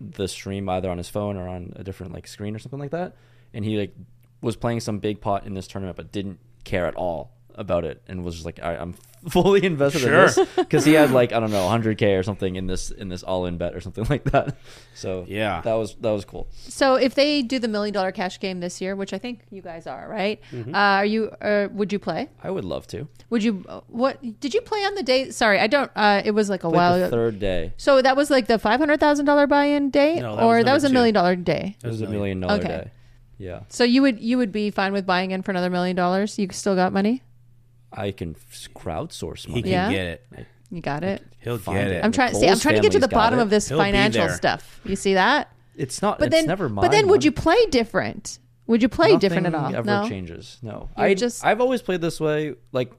I: the stream either on his phone or on a different like screen or something like that. And he like was playing some big pot in this tournament, but didn't care at all about it, and was just like, I, I'm fully invested in this because he had like I don't know 100k or something in this in this all in bet or something like that. So
C: Yeah.
I: that was that was cool.
D: so if they do the million dollar cash game this year, which I think you guys are, right?
C: Mm-hmm.
D: Uh, are you? Uh, would you play?
I: I would love to.
D: Would you? uh, What did you play on the day? Sorry, I don't. Uh, it was like a
I: Like
D: while.
I: the
D: ago.
I: third day.
D: So that was like the five hundred thousand dollar buy in day,
C: No, that
D: or
C: was
D: that was a
C: number two.
D: million dollar day.
I: It was a million dollar
D: Okay.
I: day. Yeah,
D: So you would you would be fine with buying in for another million dollars? You still got money?
I: I can f- crowdsource
C: He
I: money.
C: can
D: Yeah.
C: get it.
D: You got it.
C: He'll
I: Find
C: get
I: it.
C: it.
D: I'm trying. See, I'm
I: Cole's
D: trying to get to the
I: family's got
D: bottom
I: it.
D: of this
C: He'll be
D: financial
C: there.
D: stuff. You see that?
I: It's not.
D: But
I: it's
D: then,
I: never mine.
D: but then, would
I: man.
D: you play different? Would you play
I: Nothing
D: different at all?
I: Ever
D: no.
I: changes? No.
D: You're
I: I
D: just-
I: just. I've always played this way. Like,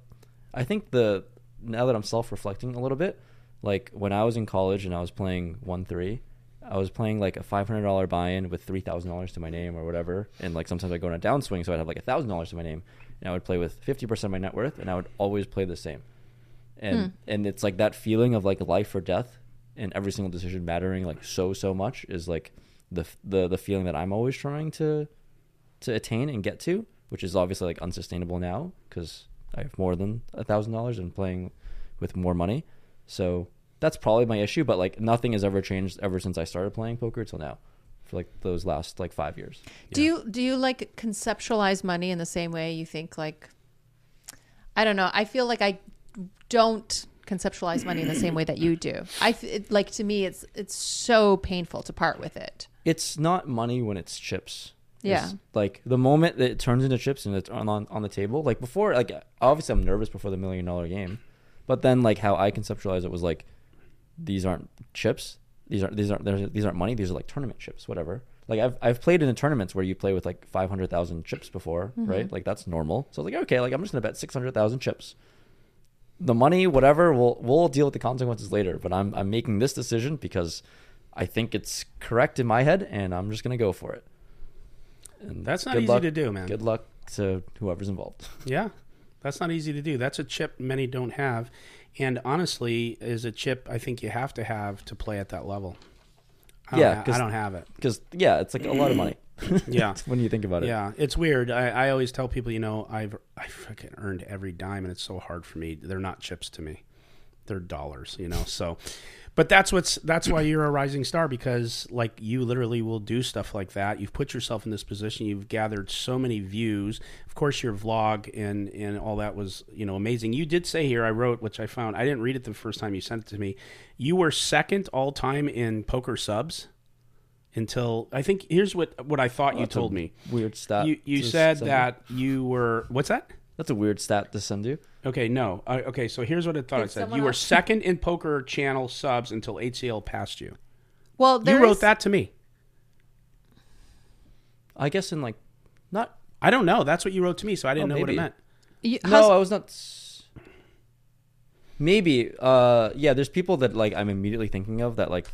I: I think the now that I'm self reflecting a little bit, like when I was in college and I was playing one three, I was playing like a five hundred dollar buy in with three thousand dollars to my name or whatever, and like sometimes I go on a downswing, so I'd have like thousand dollars to my name, and I would play with fifty percent of my net worth, and I would always play the same. and
D: Hmm.
I: and it's like that feeling of like life or death and every single decision mattering like so so much is like the the the feeling that I'm always trying to to attain and get to, which is obviously like unsustainable now because I have more than a thousand dollars and playing with more money. So that's probably my issue, but like nothing has ever changed ever since I started playing poker till now for like those last like five years.
D: Do you do you like conceptualize money in the same way you think like? I don't know. I feel like I don't conceptualize money in the same way that you do. I f- it, like to me, it's it's so painful to part with it.
I: it's not money when it's chips.
D: Yeah.
I: It's, like the moment that it turns into chips and it's on, on on the table, like before, like obviously I'm nervous before the million dollar game, but then like how I conceptualize it was like these aren't chips, these aren't these aren't there's- these aren't money, these are like tournament chips, whatever. Like I've I've played in tournaments where you play with like five hundred thousand chips before, right? Like that's normal. So I was like okay, like I'm just gonna bet six hundred thousand chips the money, whatever, we'll we'll deal with the consequences later. But I'm I'm making this decision because I think it's correct in my head, and I'm just gonna go for it. And
C: That's not
I: good
C: easy
I: luck-
C: to do, man.
I: Good luck to whoever's involved.
C: Yeah, that's not easy to do. That's a chip many don't have, and honestly, is a chip I think you have to have to play at that level. I don't
I: Yeah,
C: ha-
I: 'cause-
C: I don't have it.
I: Because yeah, it's like a lot of money
C: Yeah,
I: when you think about it.
C: yeah, it's weird. I, I always tell people, you know, I've I fucking earned every dime, and it's so hard for me. They're not chips to me; they're dollars, you know. So, but that's what's that's why you're a rising star because like you literally will do stuff like that. You've put yourself in this position. You've gathered so many views. Of course, your vlog and and all that was you know amazing. You did say here I wrote, which I found I didn't read it the first time you sent it to me. You were second all time in poker subs. Until I think here's what what I thought you
I: That's a
C: told me
I: Weird stat.
C: you you
I: to
C: said
I: send you.
C: that you were what's that?
I: That's a weird stat to send you.
C: Okay, no. Uh, okay, so here's what I thought I said.
D: someone
C: You were
D: else-
C: second in poker channel subs until HCL passed you.
D: Well, there
C: you wrote
D: is-
C: that to me.
I: I guess in like, not.
C: I don't know. That's what you wrote to me, so I didn't
I: Oh,
C: know what it
I: maybe.
C: meant.
D: You- how's-
I: No, I was not. s- Maybe. Uh, yeah, there's people that like I'm immediately thinking of that like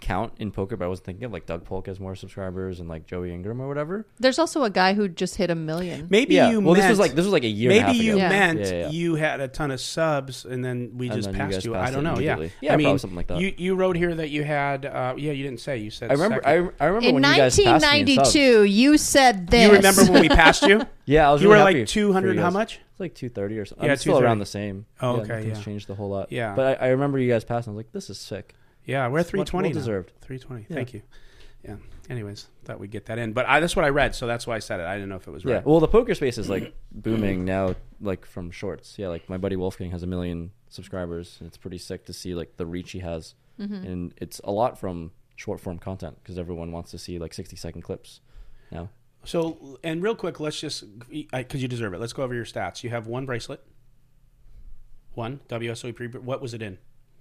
I: count in poker, but I wasn't thinking of like Doug Polk has more subscribers and like Joey Ingram or whatever.
D: There's also a guy who just hit a million.
C: Maybe
I: yeah.
C: you
I: well, this was
C: meant-
I: like this was like a year. and a
C: Maybe
I: half
C: you
I: ago.
D: Yeah.
C: meant
I: Yeah, yeah, yeah.
C: you had a ton of subs, and then we
I: And
C: just
I: then you
C: passed
I: guys
C: you. I
I: passed
C: don't
I: it
C: know. Yeah,
I: immediately. Yeah,
C: I
I: probably
C: mean,
I: something like that.
C: You you wrote here that you had. Uh, yeah, you didn't say. You said.
I: I remember. I,
C: second.
I: I remember
D: in
I: when you guys passed me in subs.
D: 1992, you said this.
C: you remember when we passed you?
I: Yeah, I was.
C: You
I: really
C: were like
I: happy for
C: 200
I: you
C: how
I: guys.
C: much?
I: It's like two thirty or something.
C: Yeah,
I: Yeah, still
C: 230.
I: around the same.
C: Oh,
I: Yeah,
C: okay,
I: nothing's
C: yeah.
I: changed a whole lot.
C: Yeah.
I: but I, I remember you guys passed. and I was like, this is sick.
C: Yeah, we're
I: It's
C: three
I: well-
C: twenty.
I: well deserved.
C: Three twenty.
I: Yeah.
C: Thank you. Yeah. Anyways, thought we'd get that in, but I, that's what I read, so that's why I said it. I didn't know if it was
I: Yeah.
C: right.
I: Well, the poker space is like booming now, like from shorts. Yeah, like my buddy Wolfgang has a million subscribers. And it's pretty sick to see like the reach he has,
C: Mm-hmm.
I: and it's a lot from short form content because everyone wants to see like sixty second clips. Now,
C: So, and real quick, let's just because you deserve it. Let's go over your stats. You have one bracelet. One WSOP. E pre- What was it in?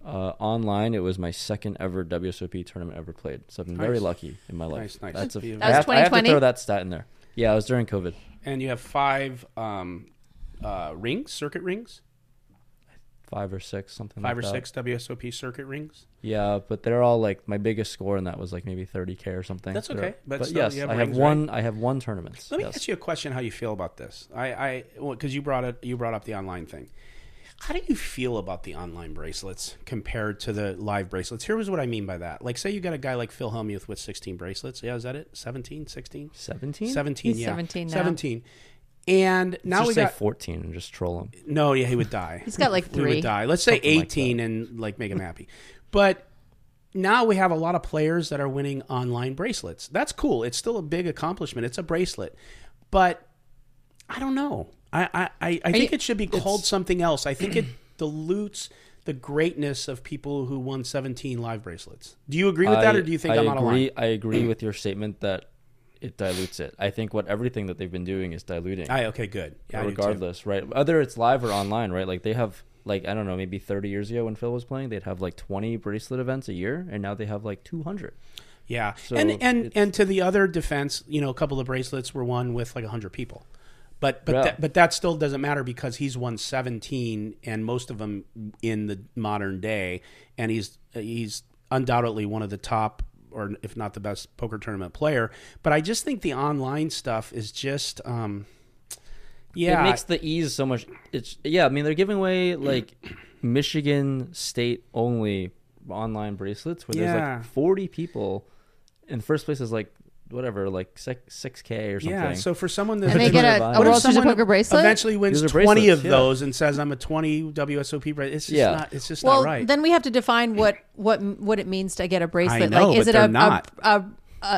I: uh, online, it was my second ever WSOP tournament ever played, so I've been very
C: Nice.
I: lucky in my
C: Nice,
I: life.
C: nice.
I: That's a,
C: That was
I: I have- I have to
D: 2020?
I: throw that stat in there. Yeah, it was during COVID.
C: And you have five um, uh, rings, circuit rings,
I: five or six, something
C: five
I: like
C: or
I: that.
C: six WSOP circuit rings.
I: Yeah, but they're all like my biggest score in that was like maybe thirty k or something.
C: That's
I: They're-
C: okay, but
I: but,
C: still,
I: yes,
C: you have
I: I have
C: rings,
I: one. I have one tournament.
C: Let me
I: yes.
C: ask you a question: How you feel about this? I, I, because you brought it, you brought up the online thing. How do you feel about the online bracelets compared to the live bracelets? Here was what I mean by that. Like, say you got a guy like Phil Hellmuth with 16 bracelets. Yeah, is that it? 17, 16?
I: 17?
C: 17,
D: He's
C: yeah.
D: 17 now.
C: 17. And now
I: just
C: we
I: say
C: got
I: fourteen and just troll them.
C: No, yeah, he would die.
D: He's got, like,
C: He
D: three.
C: would die. Let's say eighteen and like make him happy. But now we have a lot of players that are winning online bracelets. That's cool. It's still a big accomplishment. It's a bracelet, but I don't know. I I, I, I think
D: you-
C: it should be called something else. I think it dilutes the greatness of people who won seventeen live bracelets. Do you agree with that, or do you think I
I: I
C: am
I: agree,
C: out of line?
I: I agree with your statement that it dilutes it. I think what everything that they've been doing is diluting.
C: I okay, good. Yeah, I do too.
I: regardless, right? Whether it's live or online, right? Like they have like I don't know, maybe 30 years ago when Phil was playing, they'd have like 20 bracelet events a year, and now they have like 200.
C: Yeah, and and
I: it's-
C: and to the other defense, you know, a couple of bracelets were won with like hundred people, but but
I: Yeah.
C: that, but that still doesn't matter because he's won seventeen, and most of them in the modern day, and he's he's undoubtedly one of the top or if not the best poker tournament player. But I just think the online stuff is just. Um, yeah,
I: it makes the ease so much. It's yeah. I mean, they're giving away like Michigan State only online bracelets where
C: Yeah.
I: there's like forty people, and first place is like whatever, like six k or something.
C: Yeah, so for someone that
D: And they get a,
I: What
D: a World
I: if
D: Series of
C: someone
D: Poker bracelet.
C: eventually wins
I: These are
C: twenty of
I: bracelets, yeah.
C: those and says, "I'm a twenty WSOP bracelet." It's just
I: Yeah.
C: not. It's just
D: well,
C: not right.
D: then we have to define what what what it means to get a bracelet.
C: know,
D: like, is
C: but
D: it
C: they're
D: a,
C: not.
D: A, a,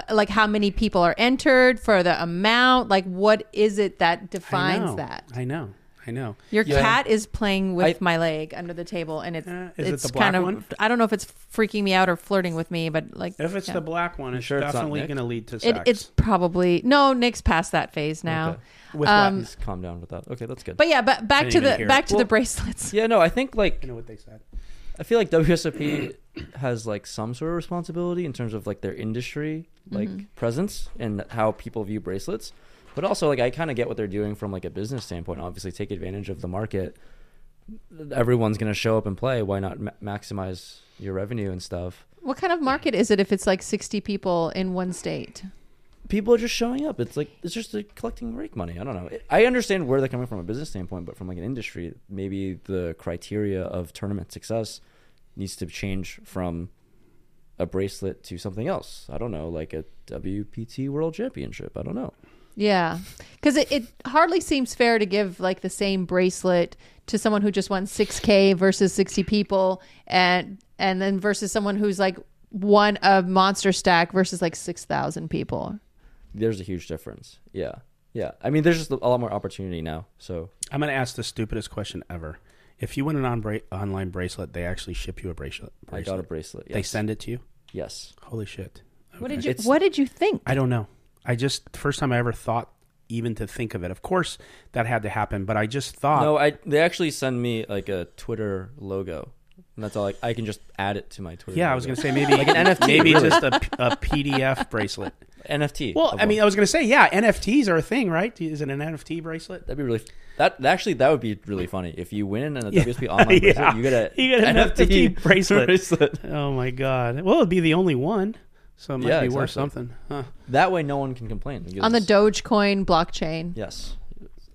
D: a- like how many people are entered for the amount? Like, what is it that
C: I
D: defines
C: know.
D: that?
C: I know. I know.
D: Your cat is playing with
I: I-
D: my leg under the table, and it's
C: Uh, is it
D: it's
C: the black
D: kind of
C: one?
D: I don't know if it's freaking me out or flirting with me, but like
C: If it's
D: yeah.
C: the black one, it's
I: sure it's not
C: definitely
I: Nick?
C: going to lead to
D: it,
C: sex.
D: it's probably no. Nick's past that phase now.
I: Okay.
C: with
I: Um,
C: what?
I: just calm down with that. Okay, that's good.
D: But yeah, but back
C: Didn't
D: to
C: even
D: the
C: hear
D: back
C: it.
D: to the bracelets.
I: yeah, no, I think like
C: I know what they said.
I: I feel like WSOP has like some sort of responsibility in terms of like their industry like presence and how people view bracelets. But also like I kind of get what they're doing from like a business standpoint. Obviously take advantage of the market. Everyone's going to show up and play. Why not ma- maximize your revenue and stuff?
D: What kind of market is it if it's like sixty people in one state?
I: People are just showing up. It's like it's just like collecting rake money. I don't know. I understand where they're coming from a business standpoint, but from like an industry, maybe the criteria of tournament success needs to change from a bracelet to something else. I don't know, like a WPT World Championship. I don't know.
D: Yeah, because it, it hardly seems fair to give like the same bracelet to someone who just won six k versus sixty people, and and then versus someone who's like won a monster stack versus like six thousand people.
I: There's a huge difference. Yeah. Yeah. I mean, there's just a lot more opportunity now. So
C: I'm going to ask the stupidest question ever. If you win an on bra- online bracelet, they actually ship you a bracelet.
I: I
C: bracelet.
I: got a bracelet.
C: They
I: Yes.
C: send it to you.
I: Yes.
C: Holy shit!
D: What did you
I: It's-
D: What did you think?
C: I don't know. I just first time I ever thought even to think of it. Of course, that had to happen, but I just thought.
I: No, I they actually send me like a Twitter logo. And that's all like I can just add it to my Twitter.
C: yeah, I was going
I: to
C: to say maybe
I: Like an NFT,
C: maybe
I: really.
C: just a, a PDF bracelet.
I: NFT.
C: Well,
I: of
C: I
I: one.
C: mean, I was going to say, yeah, NFTs are a thing, right? Is it an NFT bracelet?
I: That'd be really. That actually, that would be really funny if you win in a WSP
C: Yeah.
I: online bracelet,
C: Yeah.
I: you get a
C: You get an NFT bracelet.
I: bracelet.
C: Oh my god! Well, it'd be the only one, so it might
I: Yeah,
C: be worth
I: exactly.
C: something. Huh.
I: That way, no one can complain because-
D: on the Dogecoin blockchain.
I: Yes,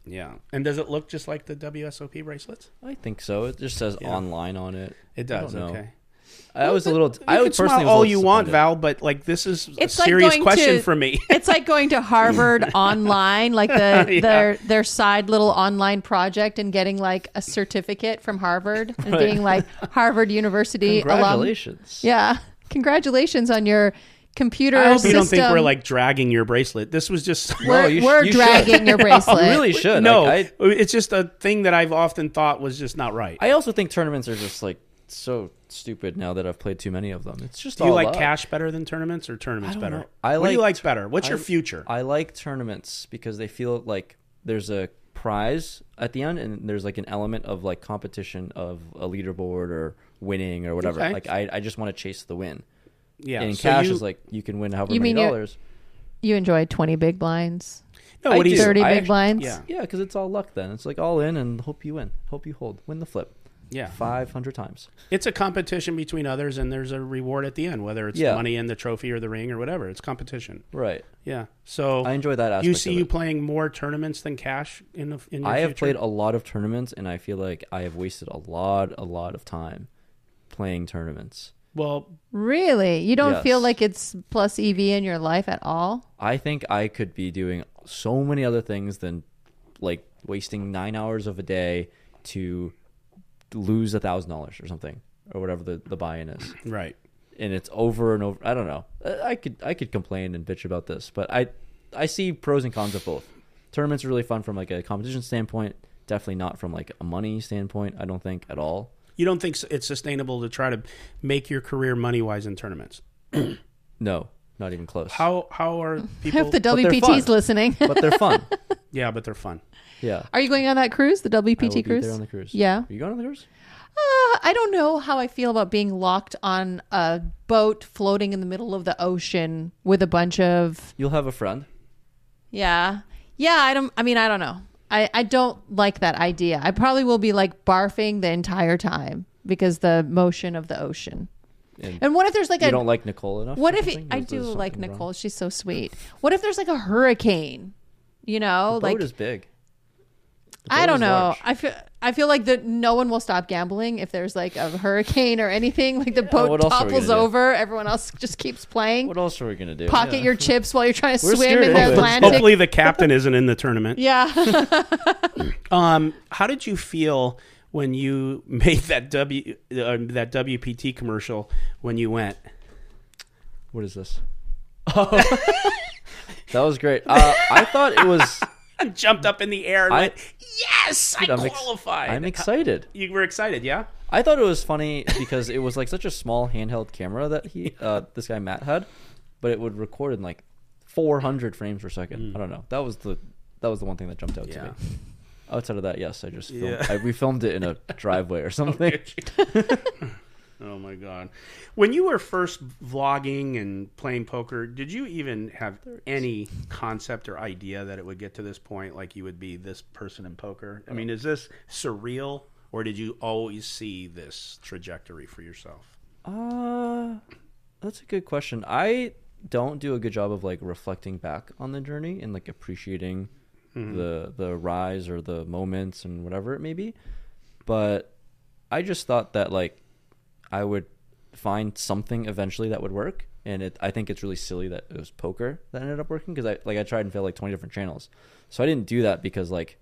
C: Yeah. And does it look just like the WSOP bracelets?
I: I think so. It just says online on it.
C: It does.
I: I don't know.
C: Okay.
I: I was a little.
C: You
I: I
C: can
I: was personally
C: smile
I: was a
C: all
I: little
C: you want,
I: disappointed.
C: Val, but like this is
F: It's
C: a
F: like
C: serious
F: going
C: question
F: to-
C: for me.
D: It's like going to Harvard online, like the their their side little online project, and getting like a certificate from Harvard and being like Harvard University alum.
I: Congratulations.
D: Yeah, congratulations on your computer.
C: I hope
D: system.
C: you don't think we're like oh, dragging your bracelet. This was just
D: we're,
I: No, you sh-
D: we're
I: you should.
D: dragging your
C: Oh,
D: bracelet.
I: You really should.
C: no.
I: Like, I,
C: it's just a thing that I've often thought was just not right.
I: I also think tournaments are just like so stupid now that I've played too many of them. It's just
C: Do you
I: all
C: like
I: up.
C: cash better than tournaments or tournaments
I: don't
C: better?
I: know. I
C: what do you
I: like-
C: like better? What's your
I: I-
C: future?
I: I like tournaments because they feel like there's a prize at the end, and there's like an element of like competition of a leaderboard or winning or whatever.
C: Okay.
I: Like I, I just want to chase the win.
C: yeah.
I: and
C: so
I: cash
C: you-
I: is like you can win however
D: You
I: many
D: mean you're-
I: dollars.
D: You enjoy twenty big blinds,
C: no,
I: I
C: what do you-
I: do.
D: 30
I: I
D: big
I: actu-
D: blinds.
C: Yeah.
I: Yeah, because it's all luck. Then it's like all in and hope you win, hope you hold, win the flip.
C: Yeah.
I: five hundred times.
C: It's a competition between others, and there's a reward at the end, whether it's
I: Yeah.
C: money and the trophy or the ring or whatever. It's competition.
I: Right.
C: Yeah. So
I: I enjoy that aspect.
C: you see
I: of
C: you
I: it.
C: playing more tournaments than cash in the in your
I: I have
C: future?
I: played a lot of tournaments, and I feel like I have wasted a lot, a lot of time playing tournaments.
C: well
D: really? You don't feel
I: Yes.
D: like it's plus EV in your life at all?
I: I think I could be doing so many other things than like wasting nine hours of a day to lose a thousand dollars or something or whatever the, the buy-in is
C: right.
I: and it's over and over i don't know I- i could i could complain and bitch about this but i i see pros and cons of both tournaments are really fun from like a competition standpoint definitely not from like a money standpoint i don't think at all
C: You don't think s- it's sustainable to try to make your career money wise in tournaments?
I: no not even close
C: How how are people?
D: If the
I: they're
D: WPT's
I: fun.
D: listening,
I: but they're fun
C: yeah, but they're fun.
I: yeah
D: are you going on that cruise? The
I: I will
D: WPT
I: be
D: cruise?
I: there on the cruise
D: Yeah.
I: are you going on the cruise
D: Uh, I don't know how I feel about being locked on a boat floating in the middle of the ocean with a bunch of
I: you'll have a friend
D: yeah, yeah. I don't. I mean, I don't know. I I don't like that idea. I probably will be like barfing the entire time because the motion of the ocean.
I: And-
D: And, what if there's like
I: you
D: a
I: don't like Nicole enough?
D: what
I: or
D: if it,
I: something?
D: I
I: Is there
D: do like
I: something wrong?
D: Nicole? She's so sweet. What if there's like a hurricane? You know,
I: The boat
D: like
I: is big. The
D: I
I: boat
D: don't
I: is
D: know.
I: large.
D: I feel I feel like that no one will stop gambling if there's like a hurricane or anything. Like the boat
I: what else are we
D: topples
I: gonna do?
D: over, everyone else just keeps playing.
I: What else are we gonna do?
D: Pocket
I: Yeah.
D: your chips while you're trying to
I: We're
D: swim
I: scared
D: in
I: of
D: the
I: this.
D: Atlantic.
C: Hopefully, the captain isn't in the tournament.
D: yeah.
C: Um, how did you feel when you made that W uh, that WPT commercial when you went?
I: What is this? Oh. that was great. Uh, I thought it was.
C: Jumped up in the air and
I: I-
C: went, "Yes, I
I: I'm ex-
C: qualified."
I: I'm excited.
C: you were excited, yeah?
I: I thought it was funny because it was like such a small handheld camera that he, uh, this guy Matt had, but it would record in like 400 frames per second. I don't know. That was the that was the one thing that jumped out to
C: Yeah.
I: me. Outside of that, yes, I just filmed,
C: Yeah.
I: I, we filmed it in a driveway or something.
C: oh my god! When you were first vlogging and playing poker, did you even have any concept or idea that it would get to this point? Like you would be this person in poker? I mean, is this surreal, or did you always see this trajectory for yourself?
I: Uh, that's a good question. I don't do a good job of like reflecting back on the journey and like appreciating the the rise or the moments and whatever it may be. But I just thought that like I would find something eventually that would work. And it, I think it's really silly that it was poker that ended up working because I like I tried and failed like twenty different channels, so I didn't do that because like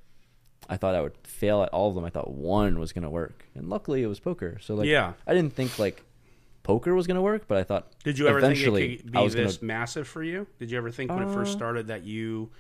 I: I thought I would fail at all of them. I thought one was gonna work, and luckily it was poker. So like
C: Yeah.
I: I didn't think like poker was gonna work, but I thought
C: Did you ever
I: eventually
C: think it could
I: I
C: be
I: was
C: this
I: gonna
C: massive for you? Did you ever think when it first started that you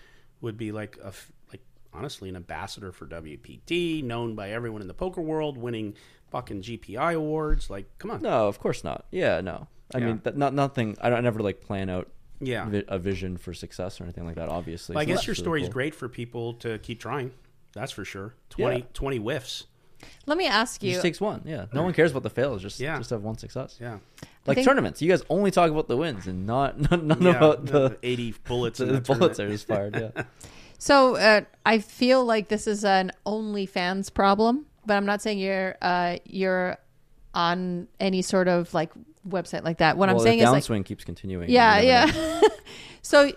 C: would be like a f- like honestly an ambassador for WPT, known by everyone in the poker world, winning fucking GPI awards? Like, come on,
I: no, of course not. Yeah, no. I mean, that, not nothing. I don't I never like plan out
C: Yeah.
I: vi- a vision for success or anything like that. Obviously,
C: Well, I
I: so
C: guess
I: that's
C: your
I: really
C: story's
I: cool.
C: great for people to keep trying. That's for sure. 20,
I: Yeah.
C: 20 whiffs.
D: Let me ask
I: It
D: you.
I: just takes one. Yeah. No one cares about the fails. Just
C: Yeah.
I: just have one success.
C: Yeah.
I: Like
D: think-
I: tournaments, you guys only talk about the wins and not not, not
C: Yeah,
I: about
C: no,
I: the,
C: the 80 bullets
I: the,
C: in that
I: bullets
C: tournament.
I: are just fired. Yeah.
D: so uh, I feel like this is an OnlyFans problem, but I'm not saying you're uh, you're on any sort of like website like that. What I'm
I: well,
D: saying
I: the
D: is like
I: downswing keeps continuing.
D: Yeah,
I: You never know.
D: yeah. so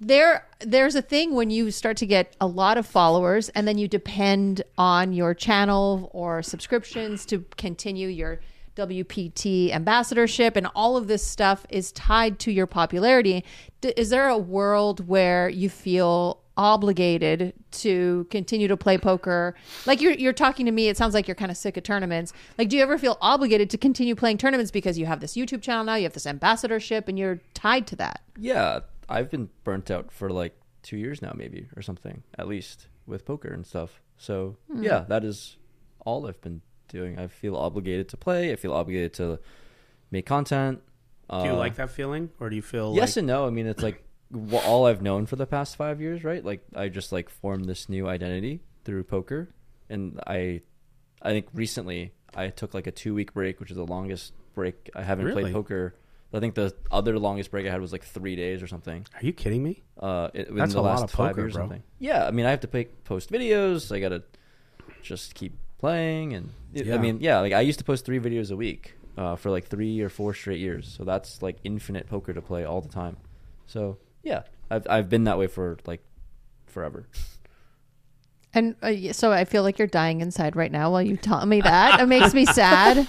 D: there there's a thing when you start to get a lot of followers and then you depend on your channel or subscriptions to continue your WPT ambassadorship and all of this stuff is tied to your popularity. D- is there a world where you feel obligated to continue to play poker? Like you're you're talking to me, it sounds like you're kind of sick of tournaments. Like, do you ever feel obligated to continue playing tournaments because you have this YouTube channel now, you have this ambassadorship, and you're tied to that?
I: Yeah, I've been burnt out for like two years now, maybe or something, at least with poker and stuff. So yeah, that is all I've been doing. I feel obligated to play. I feel obligated to make content.
C: Do you like that feeling, or do you feel
I: uh,
C: Like,
I: Yes and no. I mean, it's like wha- all I've known for the past five years, right? Like I just like formed this new identity through poker, and I, I think recently I took like a two week break, which is the longest break I haven't
C: Really?
I: played poker. I think the other longest break I had was like three days or something.
C: are you kidding me?
I: Uh, it, within
C: That's a
I: the
C: lot
I: last
C: of
I: five
C: poker,
I: years or
C: bro.
I: something. Yeah, I mean, I have to play, post videos. I gotta just keep playing, and
C: Yeah.
I: I mean, yeah, like I used to post three videos a week uh, for like three or four straight years. So that's like infinite poker to play all the time. So yeah, I've I've been that way for like forever.
D: And uh, y- so I feel like you're dying inside right now while you tell me that. it makes me sad. Is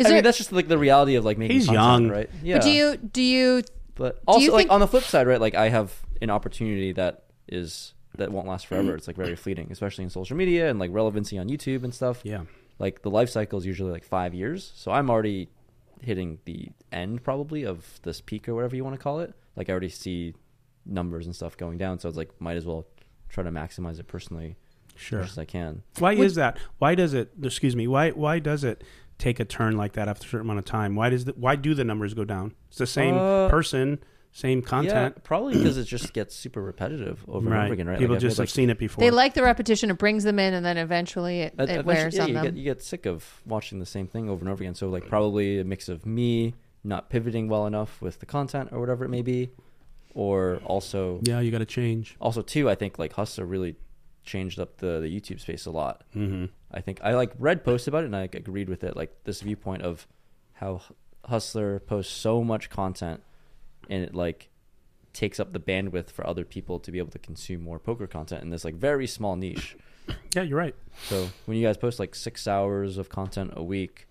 I: I
D: there,
I: mean, that's just like the reality of like making.
C: He's
I: content,
C: young.
I: right? Yeah.
D: but do you do you
I: But
D: Do you
I: also, like
D: think-
I: on the flip side, right? Like I have an opportunity that is that won't last forever. It's like very fleeting, especially in social media and like relevancy on YouTube and stuff.
C: Yeah.
I: Like the life cycle is usually like five years, so I'm already hitting the end probably of this peak or whatever you want to call it. Like I already see numbers and stuff going down, so it's like might as well try to maximize it personally as
C: Sure.
I: much as I can.
C: Why is that? Why does it? Excuse me. Why why does it take a turn like that after a certain amount of time? Why does the, why do the numbers go down? It's the same
I: Uh,
C: person, same content.
I: Yeah, probably because it just gets super repetitive over and over again, right?
C: People
I: Like, I've
C: just
I: made,
C: have
I: like,
C: seen it before.
D: they like the repetition? It brings them in, and then eventually it,
I: Ev-
D: it
I: eventually-
D: wears
I: uh, yeah,
D: on
I: you
D: them.
I: Get, you get sick of watching the same thing over and over again. So like probably a mix of me not pivoting well enough with the content or whatever it may be, or also
C: yeah, you got to change.
I: also too. I think like Hustler really changed up the the YouTube space a lot. Mm-hmm. I think I like read posts about it and I like, agreed with it. Like this viewpoint of how H- Hustler posts so much content and it like takes up the bandwidth for other people to be able to consume more poker content in this like very small niche.
C: Yeah, you're right.
I: So when you guys post like six hours of content a week,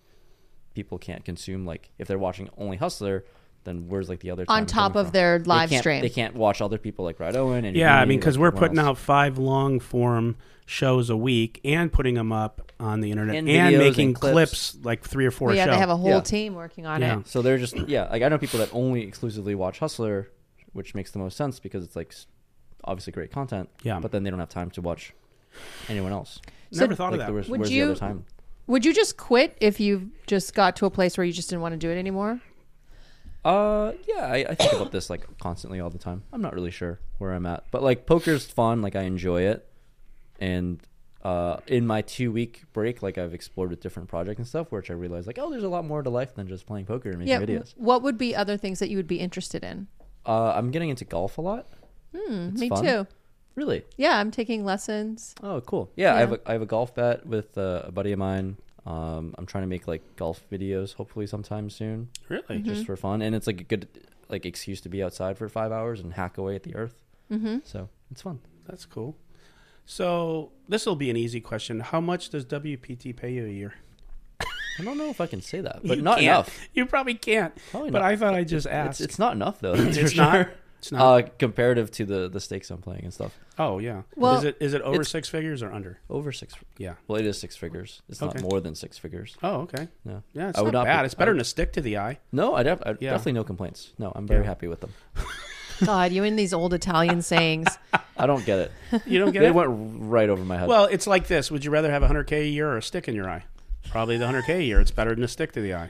I: people can't consume like if they're watching only Hustler, then where's like the other
D: On
I: time
D: top
I: coming
D: of their
I: They
D: live
I: can't-
D: stream.
I: They can't watch other people like Rod Owen. And
C: Yeah, I
I: Houdini,
C: mean, because
I: like,
C: we're
I: everyone
C: putting
I: else.
C: out five long form shows a week and putting them up on the internet
I: And
C: and,
I: videos
C: making
I: and
C: clips.
I: clips.
C: like three or four.
D: yeah,
C: a show.
D: they have a whole
I: Yeah.
D: team working on
C: Yeah.
D: it.
I: So they're just yeah. Like I know people that only exclusively watch Hustler, which makes the most sense because it's like s- obviously great content.
C: Yeah.
I: But then they don't have time to watch anyone else.
C: Never thought
I: Like
C: of that.
I: where's,
D: Would
I: where's
D: you-
I: the other time?
D: Would you just quit if you just got to a place where you just didn't want to do it anymore?
I: Uh, yeah, I, I think about this like constantly all the time. I'm not really sure where I'm at, but like poker's fun. Like I enjoy it, and uh, in my two week break, like I've explored with different projects and stuff, which I realized like oh, there's a lot more to life than just playing poker and making
D: Yeah.
I: videos.
D: What would be other things that you would be interested in?
I: Uh, I'm getting into golf a lot. It's
D: Hmm, Me
I: fun.
D: too.
I: Really?
D: Yeah, I'm taking lessons.
I: Oh, cool. Yeah, I have a I have a golf bet with uh, a buddy of mine. Um, I'm trying to make like golf videos, hopefully sometime soon,
C: really?
I: just for fun, and it's like a good like excuse to be outside for five hours and hack away at the earth. Mm-hmm. So it's fun.
C: That's cool. So this will be an easy question. How much does WPT pay you a year?
I: I don't know if I can say that, but
C: You
I: not
C: can't.
I: enough.
C: You probably can't.
I: Probably
C: but
I: not.
C: I thought I'd just
I: It's,
C: ask.
I: it's not enough though. That's
C: It's
I: for
C: not?
I: sure.
C: It's not?
I: uh, comparative to the the stakes I'm playing and stuff.
C: oh yeah.
D: Well-
C: is it is it over
I: It's-
C: six figures or under?
I: Over six.
C: Yeah.
I: Well, it is six figures. It's
C: Okay.
I: not more than six figures.
C: Oh okay.
I: No.
C: Yeah, it's
I: I would
C: not
I: not
C: bad.
I: be-
C: it's better
I: I-
C: than a stick to the eye.
I: No, I, def- I
C: Yeah.
I: definitely no complaints. No, I'm very
C: Yeah.
I: happy with them.
D: God, you and these old Italian sayings.
I: I don't get it.
C: You don't get
I: they
C: it.
I: went right over my head.
C: Well, it's like this. Would you rather have 100k a year or a stick in your eye? Probably the 100k a year. It's better than a stick to the eye.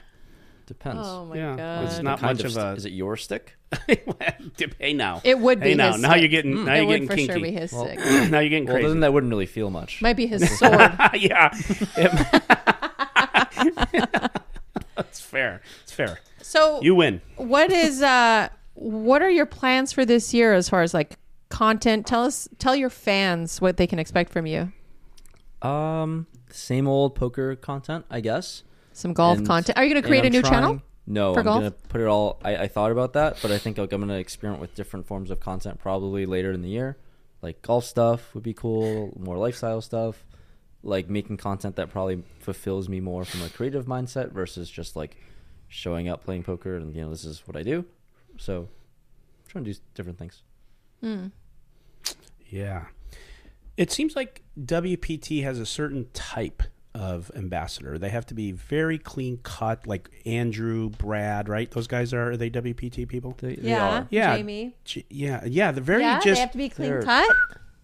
I: Depends.
D: Oh my
C: Yeah.
D: god.
C: It's not
I: Kind
C: much of
I: of
C: a-
I: st- is it your stick?
C: hey now,
D: It would
C: Hey
D: be
C: now,
D: his
C: now you're
D: stick.
C: getting now
D: it
C: you're
D: would
C: getting
D: for
C: kinky.
D: sure be his sick.
C: now you're getting
I: Well,
C: crazy.
I: then that wouldn't really feel much.
D: Might be his sword.
C: yeah, It- that's fair. It's fair.
D: so
C: You win.
D: what is uh what are your plans for this year as far as like content? Tell us tell your fans what they can expect from you.
I: Um, same old poker content, I guess.
D: Some golf
I: And-
D: content. Are you going
I: and
D: to create a
I: I'm
D: new
I: trying-
D: channel?
I: No,
D: for
I: I'm
D: golf?
I: gonna put it all. I, I thought about that, but I think like, I'm gonna experiment with different forms of content probably later in the year. Like golf stuff would be cool, more lifestyle stuff, like making content that probably fulfills me more from a creative mindset versus just like showing up playing poker and you know this is what I do. So, I'm trying to do different things.
C: Yeah. It seems like WPT has a certain type of ambassador. They have to be very clean cut, like Andrew, Brad, right? Those guys are, are they WPT people?
I: They, they
F: Yeah.
I: are.
C: Yeah.
F: Jamie.
C: G- yeah, yeah. The very
F: Yeah,
C: just,
F: they have to be clean
I: they're-
F: cut.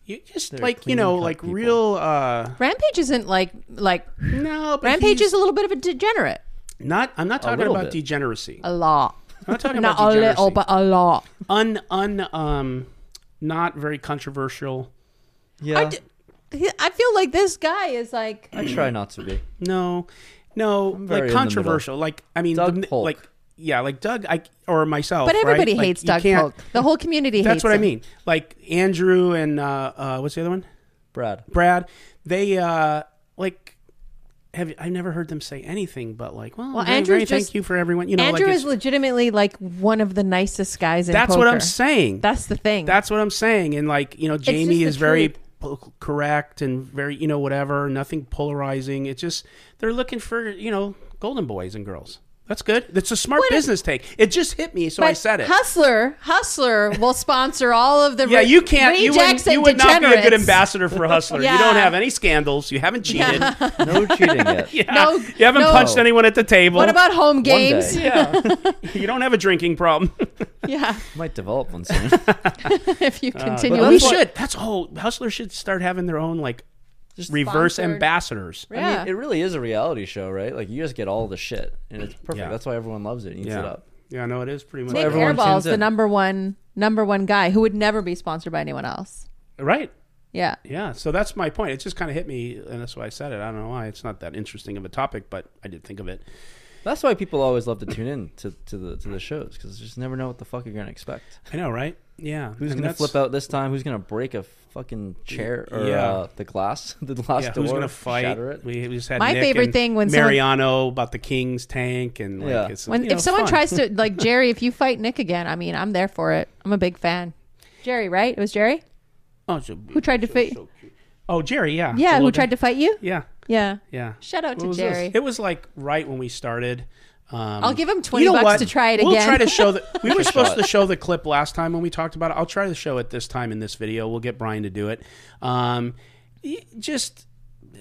C: you just
I: they're
C: like you
I: clean
C: know,
I: cut
C: like
I: people.
C: real. uh
D: Rampage isn't like like
C: No, but
D: Rampage
C: he's
D: is a little bit of a degenerate.
C: not. I'm not talking
I: little
C: about
I: bit.
C: degeneracy.
D: A lot.
C: I'm not talking
D: Not
C: about
D: a
C: degeneracy.
D: little, but a lot.
C: un un um, not very controversial.
I: Yeah, I,
D: d-
F: He- I feel like this guy is like
I: try not to be.
C: No, no,
I: very in
C: like
I: the middle.
C: controversial. Like I mean,
I: Doug
C: the-
I: Polk.
C: like yeah, like Doug, I or myself.
D: But
C: right?
D: everybody
C: Like,
D: hates
C: you
D: Doug
C: can't-
D: Polk. The whole community hates
C: That's what I
D: him.
C: mean. Like Andrew and uh, uh, what's the other one?
I: Brad,
C: Brad. They uh, like have I've never heard them say anything but like, well,
D: Well,
C: very,
D: Andrew's
C: very
D: just-
C: thank you for everyone. You know,
D: Andrew
C: like
D: is
C: it's-
D: legitimately like one of the nicest guys in
C: that's what
D: poker.
C: I'm saying.
D: That's the thing.
C: Mm-hmm. That's what I'm saying. And like, you know,
F: just
C: Jamie
F: the
C: is very
F: truth.
C: po- correct and very, you know, whatever, nothing polarizing. It's just they're looking for, you know, golden boys and girls. That's good. That's a smart business take. It just hit me, so I
D: But
C: said it.
D: Hustler, Hustler will sponsor all of the
C: yeah,
D: re-
C: you can't. You
D: rejects
C: would, you
D: and
C: would not be a good
D: degenerates.
C: ambassador for Hustler. You don't
D: Yeah.
C: have any scandals. You haven't cheated.
I: no cheating yet.
C: Yeah.
D: No-
C: you haven't
D: no.
C: punched anyone at the table.
D: What about home
I: One
D: games?
I: day.
C: Yeah. you don't have a drinking problem.
D: Yeah,
I: Might develop one soon.
D: if you continue,
C: But
D: on
C: we
D: for-
C: should. That's whole. Hustler should start having their own like
I: Just
C: reverse
I: sponsored-
C: ambassadors.
I: I
D: Yeah.
I: mean, it really is a reality show, right? Like you just get all the shit, and it's perfect.
C: Yeah.
I: That's why everyone loves it. and Eats it up.
C: Yeah, no, it is pretty much
D: Nick
I: everyone tunes
D: Airball's the
I: in.
D: number one number one guy who would never be sponsored by anyone else.
C: right.
D: Yeah,
C: Yeah, so that's my point. It just kind of hit me, and that's why I said it. I don't know why. It's not that interesting of a topic, but I did think of it.
I: That's why people always love to tune in to, to the to the shows because you just never know what the fuck you're gonna expect.
C: I know, right? Yeah.
I: Who's gonna flip out this time? Who's gonna break a fucking chair or
C: Yeah.
I: uh, the glass, the glass
C: Yeah,
I: door?
C: who's going to fight?
I: Shatter it?
C: We, we just had
D: My
C: Nick
D: favorite
C: and
D: thing when someone-
C: Mariano about the King's tank and like
I: Yeah.
C: it's,
D: when
C: you know,
D: if someone
C: fun.
D: tries to like Jerry, if you fight Nick again, I mean, I'm there for it. I'm a big fan. Jerry, right? It was Jerry
C: oh, so-
D: who tried to fight.
C: oh Jerry, yeah,
D: Yeah,
C: The
D: who
C: little
D: tried
C: guy.
D: to fight you?
C: yeah,
D: Yeah.
C: yeah.
D: Shout out
C: What
D: to
C: was this?
D: Jerry.
C: It was like right when we started. Um,
D: I'll give him 20 bucks to try it
C: we'll
D: again.
C: try to show the. We were supposed
I: shot.
C: to show the clip last time when we talked about it. I'll try to show it this time in this video. We'll get Brian to do it. Um, y- just.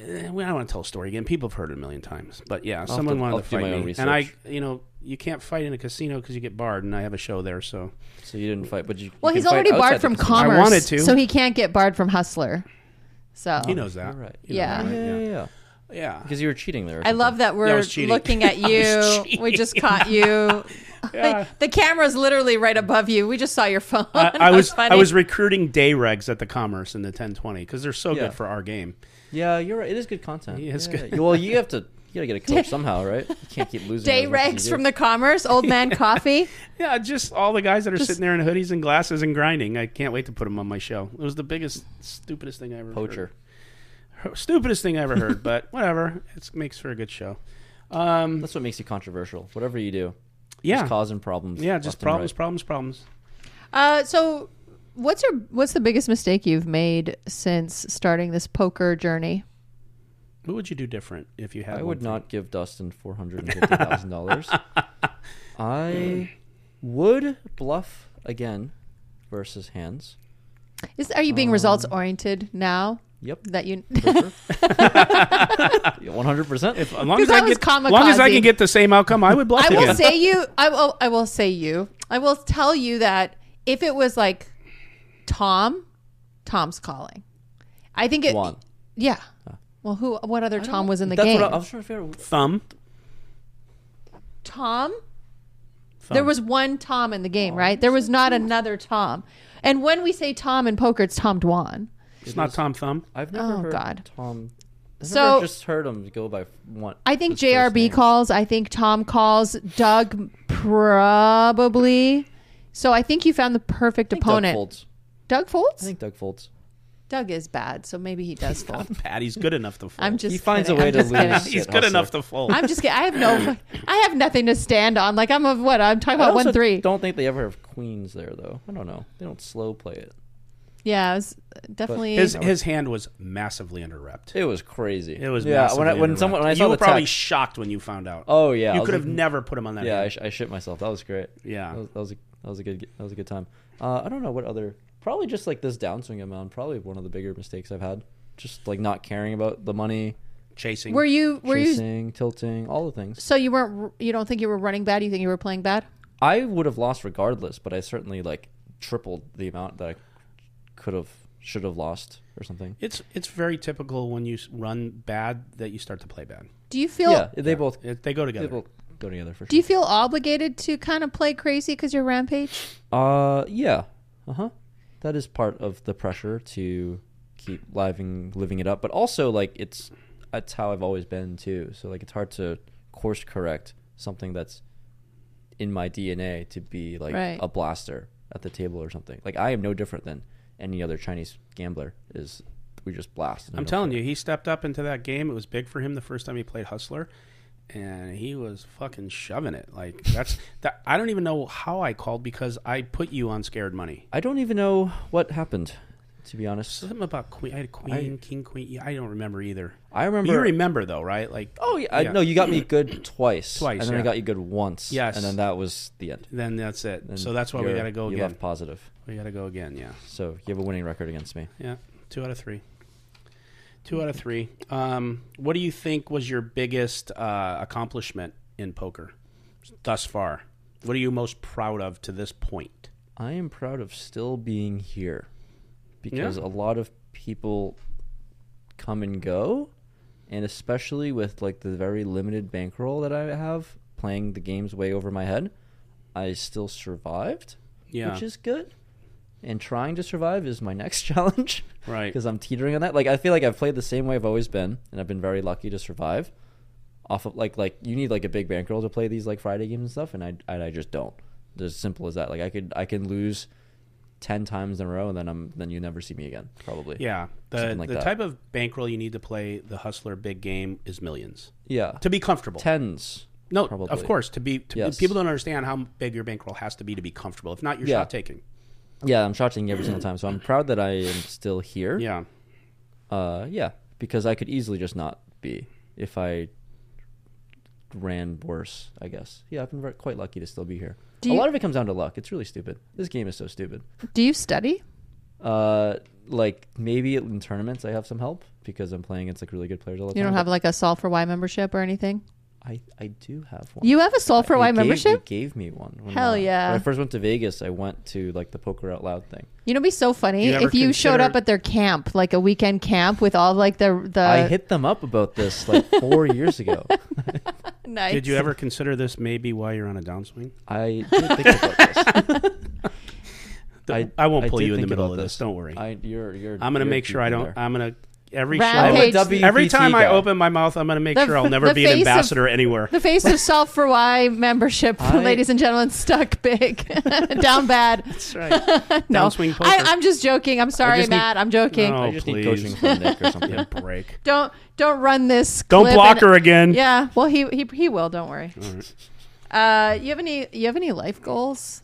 C: eh, well, I don't want to tell a story again. People have heard it a million times, but yeah, someone
I: to-
C: wanted
I: I'll
C: to
I: do my
C: fight
I: own
C: me, and I,
I: research.
C: you know, you can't fight in a casino because you get barred, and I have a show there, so
I: So you didn't fight, but you.
D: Well,
I: you can
D: he's
I: fight
D: already
I: outside
D: barred
I: the
D: from
I: casino.
D: commerce,
C: wanted to.
D: so he can't get barred from Hustler. So
C: he knows that,
I: Oh, You're right.
C: You know
D: Yeah.
C: that, right?
I: Yeah, yeah, yeah.
C: yeah,
I: Because you were cheating there. or
D: I
I: something.
D: love that we're
C: was cheating.
D: looking at you. we just caught you. Like, the camera's literally right above you. We just saw your phone.
C: I, I
D: That
C: was I
D: funny.
C: was recruiting day regs at the Commerce in the 1020 because they're so
I: Yeah.
C: good for our game.
I: Yeah, you're right. It is good content.
C: Yeah, it's
I: Yeah.
C: good.
I: Well, you have to. You gotta get a coach somehow, right? You can't keep losing.
D: Day
I: as much as
D: regs
I: you
D: from
I: do.
D: the commerce, old man coffee.
C: Yeah, just all the guys that are sitting there in hoodies and glasses and grinding. I can't wait to put them on my show. It was the biggest, stupidest thing I ever
I: poacher.
C: heard. Stupidest thing I ever heard, but whatever. It makes for a good show. Um,
I: That's what makes you controversial. Whatever you do,
C: yeah,
I: just causing problems.
C: yeah, just
I: left and right.
C: problems, problems, problems.
D: Uh, so, what's your what's the biggest mistake you've made since starting this poker journey?
C: What would you do different if you had?
I: I
C: one
I: would
C: thing?
I: not give Dustin four hundred and fifty thousand dollars. I would bluff again versus hands.
D: Is are you being results oriented now
I: Yep,
D: that you?
I: one hundred percent. If
C: As long as
D: 'Cause I
C: I
D: was
C: get, as long as I
D: kamikaze.
C: can get the same outcome, I would bluff
D: I
C: again.
D: will say you. I will. I will say you. I will tell you that if it was like Tom, Tom's calling. I think it.
I: Juan.
D: Yeah. Well, who? What other Tom was in the
I: that's
D: game?
I: what I, I was trying to figure. out.
C: Thumb.
D: Tom? There was one Tom in the game, right? There was not another Tom. And when we say Tom in poker, it's Tom Dwan.
C: It's not Tom Thumb.
I: I've never
D: Oh,
I: heard
D: God.
I: Tom. I've
D: So-
I: never just heard him go by one.
D: I think
I: his first
D: JRB
I: name.
D: calls. I think Tom calls. Doug probably. So I think you found the perfect
I: I think
D: opponent.
I: Doug Foltz.
D: Doug
I: I
D: folds.
I: think Doug Foltz.
D: Doug is bad, so maybe he does fold.
C: Patty's good enough to fold.
D: I'm just
I: He finds
D: kidding.
I: a way
D: I'm
I: to
D: just kidding.
I: lose.
C: He's
I: Shit
C: good
I: hustler.
C: enough to fold.
D: I'm just kidding. I have no. I have nothing to stand on. Like I'm a what? I'm talking
I: I
D: about
I: also
D: one three.
I: Don't think they ever have queens there though. I don't know. They don't slow play it.
D: Yeah, it was uh, definitely.
C: his his hand was massively under repped.
I: It was crazy.
C: It was
I: yeah. When I,
C: massively
I: when
C: under
I: someone
C: repped.
I: when I
C: you
I: saw
C: were
I: the
C: probably
I: text,
C: shocked when you found out.
I: oh yeah, I
C: you
I: was
C: could
I: like,
C: have never put him on that.
I: Yeah, I,
C: hand.
I: sh- I shit myself. That was great.
C: Yeah.
I: that was, that was a that was a good that was a good time. Uh, I don't know what other probably just like this downswing amount. Probably one of the bigger mistakes I've had. Just like not caring about the money,
C: chasing.
D: were you? Were you?
I: chasing, tilting, all the things.
D: So you weren't. You don't think you were running bad. You think you were playing bad.
I: I would have lost regardless, but I certainly like tripled the amount that I could have should have lost or something.
C: It's it's very typical when you s- run bad that you start to play bad.
D: Do you feel?
I: yeah, they both
C: It, they go
I: they
C: together.
I: both go together for sure.
D: Do you feel obligated to kind of play crazy because you're rampage?
I: Uh, yeah. Uh huh. That is part of the pressure to keep living living it up, but also like it's that's how I've always been too. So like it's hard to course correct something that's in my DNA to be like
D: Right.
I: a blaster at the table or something. Like I am no different than any other Chinese gambler. Is we just blast. and we
C: I'm
I: don't
C: telling
I: care.
C: you, he stepped up into that game. It was big for him the first time he played Hustler, and he was fucking shoving it. Like that's that. I don't even know how I called because I put you on scared money.
I: I don't even know what happened. To be honest,
C: Something about queen. I had queen, king, queen. Yeah, I don't remember either.
I: I remember.
C: You remember though, right? Like
I: Oh yeah, I, no, you got me good twice.
C: Twice,
I: and then
C: yeah.
I: I got you good once.
C: Yes.
I: and then that was the end.
C: Then that's it.
I: And
C: so that's why we
I: you're-
C: got to go
I: you
C: again.
I: left positive,
C: We got to go again. Yeah,
I: so you have a winning record against me.
C: yeah. Two out of three. Two out of three. Um, what do you think was your biggest uh, accomplishment in poker thus far? What are you most proud of to this point?
I: I am proud of still being here because
C: Yeah.
I: a lot of people come and go, and especially with like the very limited bankroll that I have, playing the games way over my head, I still survived,
C: Yeah.
I: which is good. And trying to survive is my next challenge.
C: Right.
I: because I'm teetering on that. Like I feel like I've played the same way I've always been, and I've been very lucky to survive. Off of like like you need like a big bankroll to play these like Friday games and stuff, and I and I just don't. It's as simple as that. Like I could I can lose ten times in a row, and then I'm then you never see me again probably.
C: Yeah. The,
I: Something like
C: the
I: that.
C: type of bankroll you need to play the hustler big game is millions
I: yeah.
C: to be comfortable.
I: Tens.
C: no,
I: probably.
C: of course. To be to,
I: Yes.
C: people don't understand how big your bankroll has to be to be comfortable. If not, you're
I: Yeah.
C: shot taking.
I: Yeah, I'm shot taking every single time, so I'm proud that I am still here.
C: Yeah.
I: Uh, yeah, because I could easily just not be if I ran worse, I guess. Yeah, I've been ver- quite lucky to still be here.
D: Do
I: a
D: you-
I: lot of it comes down to luck. It's really stupid. This game is so stupid.
D: Do you study?
I: Uh, like maybe in tournaments I have some help because I'm playing against like really good players all the
D: You
I: time.
D: don't have
I: but
D: like a Sol for Y membership or anything.
I: I I do have one.
D: You have a Sol for
I: You
D: Y
I: gave-
D: membership.
I: You gave me one. when,
D: Hell
I: uh,
D: yeah.
I: When I first went to Vegas, I went to like the Poker Out Loud thing.
D: You know, it'd be so funny
C: You ever
D: if you showed
C: consider-
D: up at their camp, like a weekend camp, with all like the the.
I: I hit them up about this like four years ago.
D: nice.
C: Did you ever consider this maybe why you're on a downswing?
I: I did think about this.
C: I won't pull
I: did
C: you in the
I: think
C: middle
I: about
C: of this. Don't worry. I,
I: I, you're, you're,
C: am going to
I: you're
C: make sure I
I: deep in
C: don't.
I: there.
C: I'm going to every show.
D: Round
I: I'm a
D: Page.
I: WPT
C: Every time I
I: guy.
C: open my mouth, I'm going to make
D: The
C: sure I'll
D: f-
C: never
D: the
C: be an
D: face of-
C: ambassador anywhere.
D: The face of Sol for Y membership,
I: I-
D: ladies and gentlemen, stuck big, down bad.
C: That's right.
D: No,
C: Downswing poker.
D: I, I'm just joking. I'm sorry,
I: just need-
D: Matt. I'm joking.
C: No.
I: I just
C: please.
I: need coaching from Nick or something.
C: Yeah, break.
D: Don't don't run this.
C: Don't
D: clip
C: block
D: in-
C: her again.
D: Yeah. Well, he he, he will. Don't worry. Uh, you have any you have any life goals?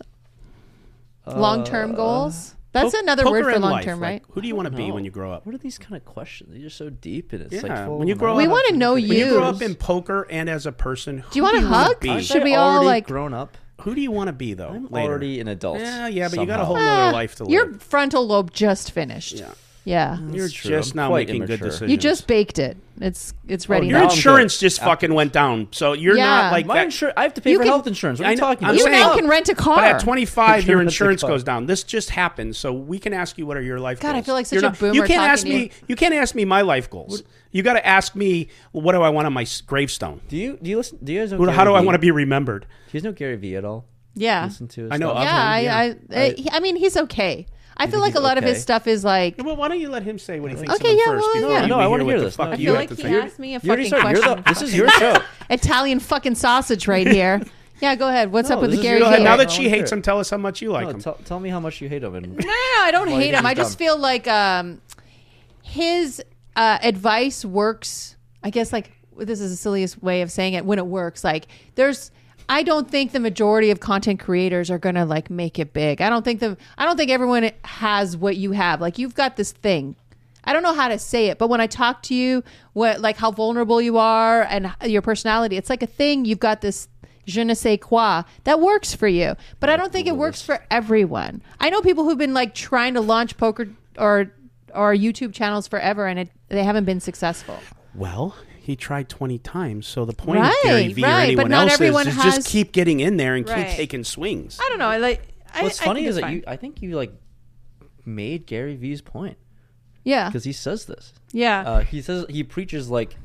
D: long term goals. That's
C: Uh, Po-
D: another
C: poker
D: word for
C: and
D: long
C: life,
D: term,
C: like,
D: right?
C: who do you want to be
I: No.
C: when you grow up?
I: What are these kind of questions? They're just so deep and it's
C: Yeah,
I: like full
C: when you
I: of
C: grow
I: knowledge.
D: We want to know you.
C: When you grow up in poker and as a person, who
D: you
C: want
D: wanna
C: to
D: hug?
C: Be?
I: Aren't
D: Should
I: I
D: we all,
I: already
D: like-
I: grown up?
C: Who do you want to be though?
I: I'm
C: later?
I: already an adult.
C: Yeah, yeah, but you got a
I: somehow.
C: whole other
D: Ah,
C: life to live.
D: Your frontal lobe just finished.
C: Yeah. Mm-hmm.
D: Yeah.
I: You're
C: It's
I: true.
C: just
I: I'm
C: not
I: quite
C: making good
I: immature.
C: decisions.
D: You just baked it. It's it's ready
C: Your
I: now
D: now.
I: I'm good.
C: insurance Oh, just fucking went down, so you're
D: Yeah.
C: not like
I: My
C: that.
I: insur- I have to pay
D: You
I: for
D: can-
I: health insurance. What are
C: I
I: you
C: know-
I: talking
C: I'm
I: about?
D: you
C: saying-
D: now can rent a car.
C: But at 25, your
I: Insurance
C: insurance
I: costs.
C: goes down. This just happened. So we can ask you what are your life
D: God, I
C: goals.
D: feel like such
C: You're
D: a
C: You
D: boomer
C: can't
D: talking
C: ask
D: to
C: me.
D: you.
C: can't ask me my life goals. You got to ask me what do I want on my s- gravestone.
I: Do you do you listen? Do you guys know?
C: Who-
I: Gary
C: How do I
I: Vee?
C: want to be remembered?
I: Do you guys know Gary Vee at all?
D: yeah.
I: Listen to. His
C: I know
I: stuff?
C: of
D: Yeah, I,
C: him, yeah.
D: I, I, he- I mean, he's okay. I feel like a
I: he's
D: lot of his
I: okay?
D: stuff is like,
C: Well, why don't you let him say what he thinks
D: Okay,
C: of him
D: yeah,
C: first?
D: well,
C: before
D: yeah.
C: you
I: No, I wanna
C: what
I: hear
C: the
I: this.
C: fuck
I: No,
D: I
C: you
D: feel
C: have
D: like
C: to
D: he
C: think.
D: asked me a
I: You already
D: fucking
I: started. You're
D: question.
I: the, this is your show.
D: Italian fucking sausage right here. Yeah, go ahead. What's
I: No,
D: up with the
I: this is-
D: Gary
I: you
D: Vee?
I: don't have-
C: Now
I: Yeah.
C: that
I: I
C: she
I: wanna
C: hates
I: hear it.
C: him, tell us how much you like
I: No,
C: him.
I: tell, tell me how much you hate him. And
D: No, no, no. I don't
I: Well,
D: hate
I: he's
D: him. I just
I: dumb.
D: feel like um, his uh, advice works. I guess like this is the silliest way of saying it. When it works, like there's. I don't think the majority of content creators are gonna like make it big. I don't think the. I don't think everyone has what you have. Like you've got this thing. I don't know how to say it, but when I talk to you, what like how vulnerable you are and h- your personality, it's like a thing. You've got this je ne sais quoi that works for you, but I don't think it works for everyone. I know people who've been like trying to launch poker or or YouTube channels forever, and it, they haven't been successful.
C: Well, he tried 20 times. So the point of
D: Right,
C: Gary Vee
D: right,
C: or
D: but
C: anyone
D: not
C: else
D: everyone
C: is, is
D: has-
C: just keep getting in there and
F: Right.
C: keep taking swings.
F: I don't know. I like. I,
I: what's
F: I
I: funny
F: think
I: is
F: it's
I: that
F: fine.
I: you. I think you like made Gary Vee's point
D: Yeah,
I: because he says this.
F: Yeah.
I: Uh, he says he preaches like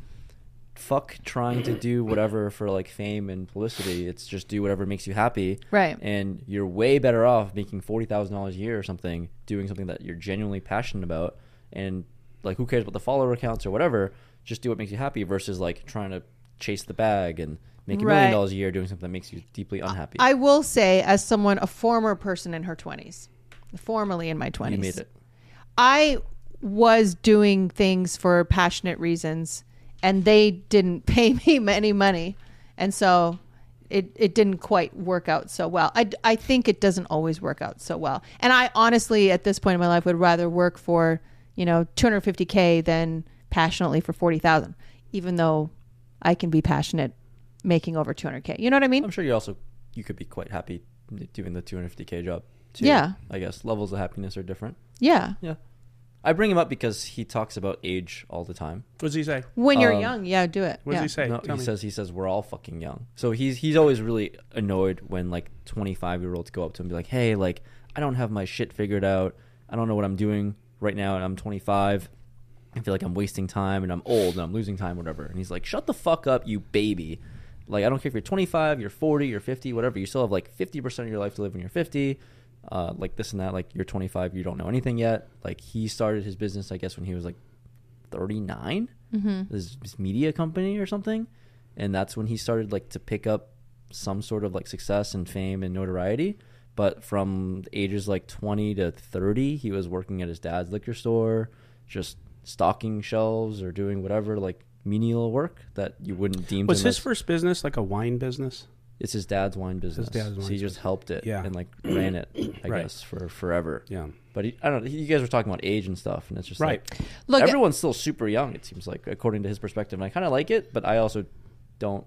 I: fuck trying to do whatever for like fame and publicity. It's just do whatever makes you happy.
D: Right.
I: And you're way better off making forty thousand dollars a year or something, doing something that you're genuinely passionate about and like who cares about the follower counts or whatever, just do what makes you happy versus like trying to chase the bag and make a
F: Right.
I: million dollars a year doing something that makes you deeply unhappy.
D: I will say, as someone, a former person in her twenties, formerly in my twenties,
I: you made it.
D: I was doing things for passionate reasons and they didn't pay me any money. And so it, it didn't quite work out so well. I, I think it doesn't always work out so well. And I honestly, at this point in my life, would rather work for, you know, 250K than passionately for 40,000, even though I can be passionate making over 200K. You know what I
C: Um,
D: mean?
I: I'm sure you also you could be quite happy doing the two hundred fifty K job too.
D: Yeah.
I: I guess levels of happiness are different.
D: Yeah.
I: Yeah. I bring him up because he talks about age all the time.
C: What does he say?
D: When you're young, yeah, do it.
C: um, What
D: yeah.
C: does he say?
I: No,
C: Tell
I: he
C: me.
I: says he says we're all fucking young. So he's he's always really annoyed when like 25 year olds go up to him and be like, "Hey, like I don't have my shit figured out. I don't know what I'm doing right now and I'm 25. I feel like I'm wasting time and I'm old and I'm losing time whatever." And he's like, "Shut the fuck up, you baby." Like I don't care if you're 25, you're 40, you're 50, whatever. You still have like 50% of your life to live when you're 50. Uh, like this and that. Like you're 25, you don't know anything yet. Like he started his business, I guess, when he was like 39 this, this media company or something and that's when he started like to pick up some sort of like success and fame and notoriety but from ages like 20 to 30 he was working at his dad's liquor store just stocking shelves or doing whatever like menial work that you wouldn't deem
C: Was
I: him
C: his
I: as-
C: first business like a wine business?
I: it's his dad's wine business
C: dad's
I: so
C: wine
I: he just helped it
C: Yeah.
I: and like ran it i
C: Right.
I: guess for forever
C: Yeah.
I: but he, i don't know you guys were talking about age and stuff and it's just
C: Right.
I: like
D: Look,
I: everyone's still super young. It seems like, according to his perspective, and I kind of like it, but I also don't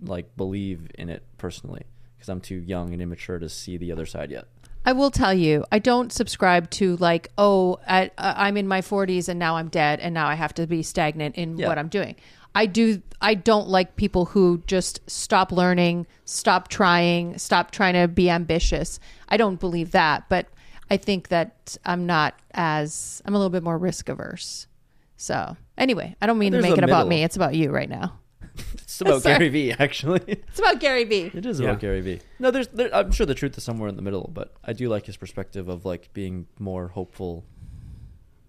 I: like believe in it personally because I'm too young and immature to see the other side yet.
D: I will tell you, I don't subscribe to like, oh, I, I- I'm in my 40s and now I'm dead and now I have to be stagnant in
I: Yeah.
D: what I'm doing. I do. I don't like people who just stop learning, stop trying, stop trying to be ambitious. I don't believe that, but I think that I'm not as I'm a little bit more risk averse. So anyway, I don't mean to
I: There's
D: make it
I: a
D: about
I: middle.
D: me. It's about you right now.
I: It's about
D: Sorry.
I: Gary Vee, actually.
D: It's about Gary Vee.
I: It is
C: Yeah.
I: about Gary Vee. No, there's. There, I'm sure the truth is somewhere in the middle, but I do like his perspective of like being more hopeful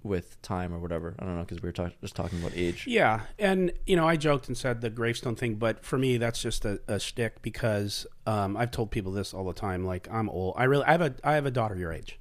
I: with time or whatever. I don't know because we were talk- just talking about age.
C: Yeah, and you know, I joked and said the gravestone thing, but for me, that's just a, a shtick because um, I've told people this all the time. Like I'm old. I really, I have a, I have a daughter your age.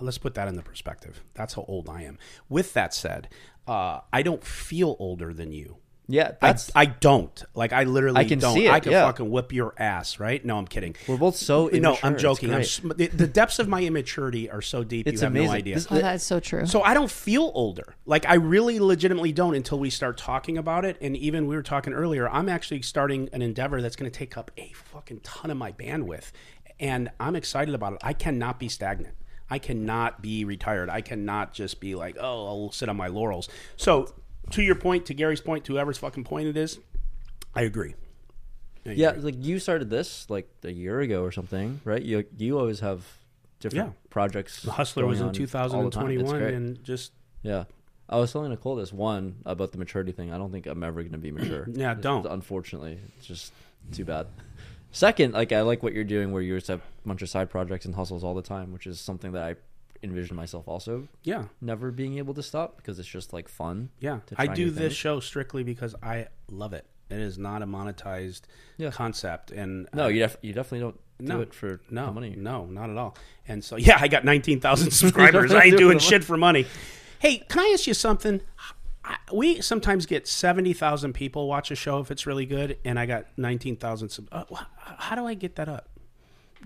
C: Let's put that in the perspective. That's how old I am. With that said, uh, I don't feel older than you.
I: Yeah,
C: I,
I: that's.
C: I don't. Like I literally
I: I can
C: don't.
I: see it,
C: I can
I: yeah.
C: fucking whip your ass, right? No, I'm kidding.
I: we're both so. Immature.
C: no, I'm
I: It's
C: joking. I'm
I: great.
C: sm- the, the depths of my immaturity are so deep.
I: It's
C: you have
I: amazing.
C: no idea.
I: This-
D: Oh, that's so true.
C: So I don't feel older. Like I really legitimately don't until we start talking about it. And even we were talking earlier, I'm actually starting an endeavor that's going to take up a fucking ton of my bandwidth. And I'm excited about it. I cannot be stagnant. I cannot be retired. I cannot just be like, oh, I'll sit on my laurels. So, to your point, to Gary's point, to whoever's fucking point it is, I agree. I
I: Yeah,
C: agree.
I: like you started this like a year ago or something, right? You you always have different
C: Yeah.
I: projects.
C: The Hustler was in 2021,
I: and
C: and just
I: yeah, I was telling Nicole this one about the maturity thing. I don't think I'm ever going to be mature.
C: Yeah,
I: It's-
C: don't.
I: Unfortunately, it's just too bad. Second, like I like what you're doing, where you just have a bunch of side projects and hustles all the time, which is something that I envision myself also
C: yeah,
I: never being able to stop because it's just like fun.
C: yeah.
I: to
C: I
I: try
C: do
I: new
C: this
I: things.
C: show strictly because I love it. It is not a monetized
I: Yeah.
C: concept, and
I: No, you def- you definitely don't do
C: No.
I: it for
C: no
I: the money.
C: No, not at all. And so yeah, I got nineteen thousand subscribers. I ain't
I: Do it for
C: doing
I: the
C: shit for money. Hey, can I ask you something? I, we sometimes get seventy thousand people watch a show if it's really good, and I got nineteen thousand. Sub- uh, wh- how do I get that up?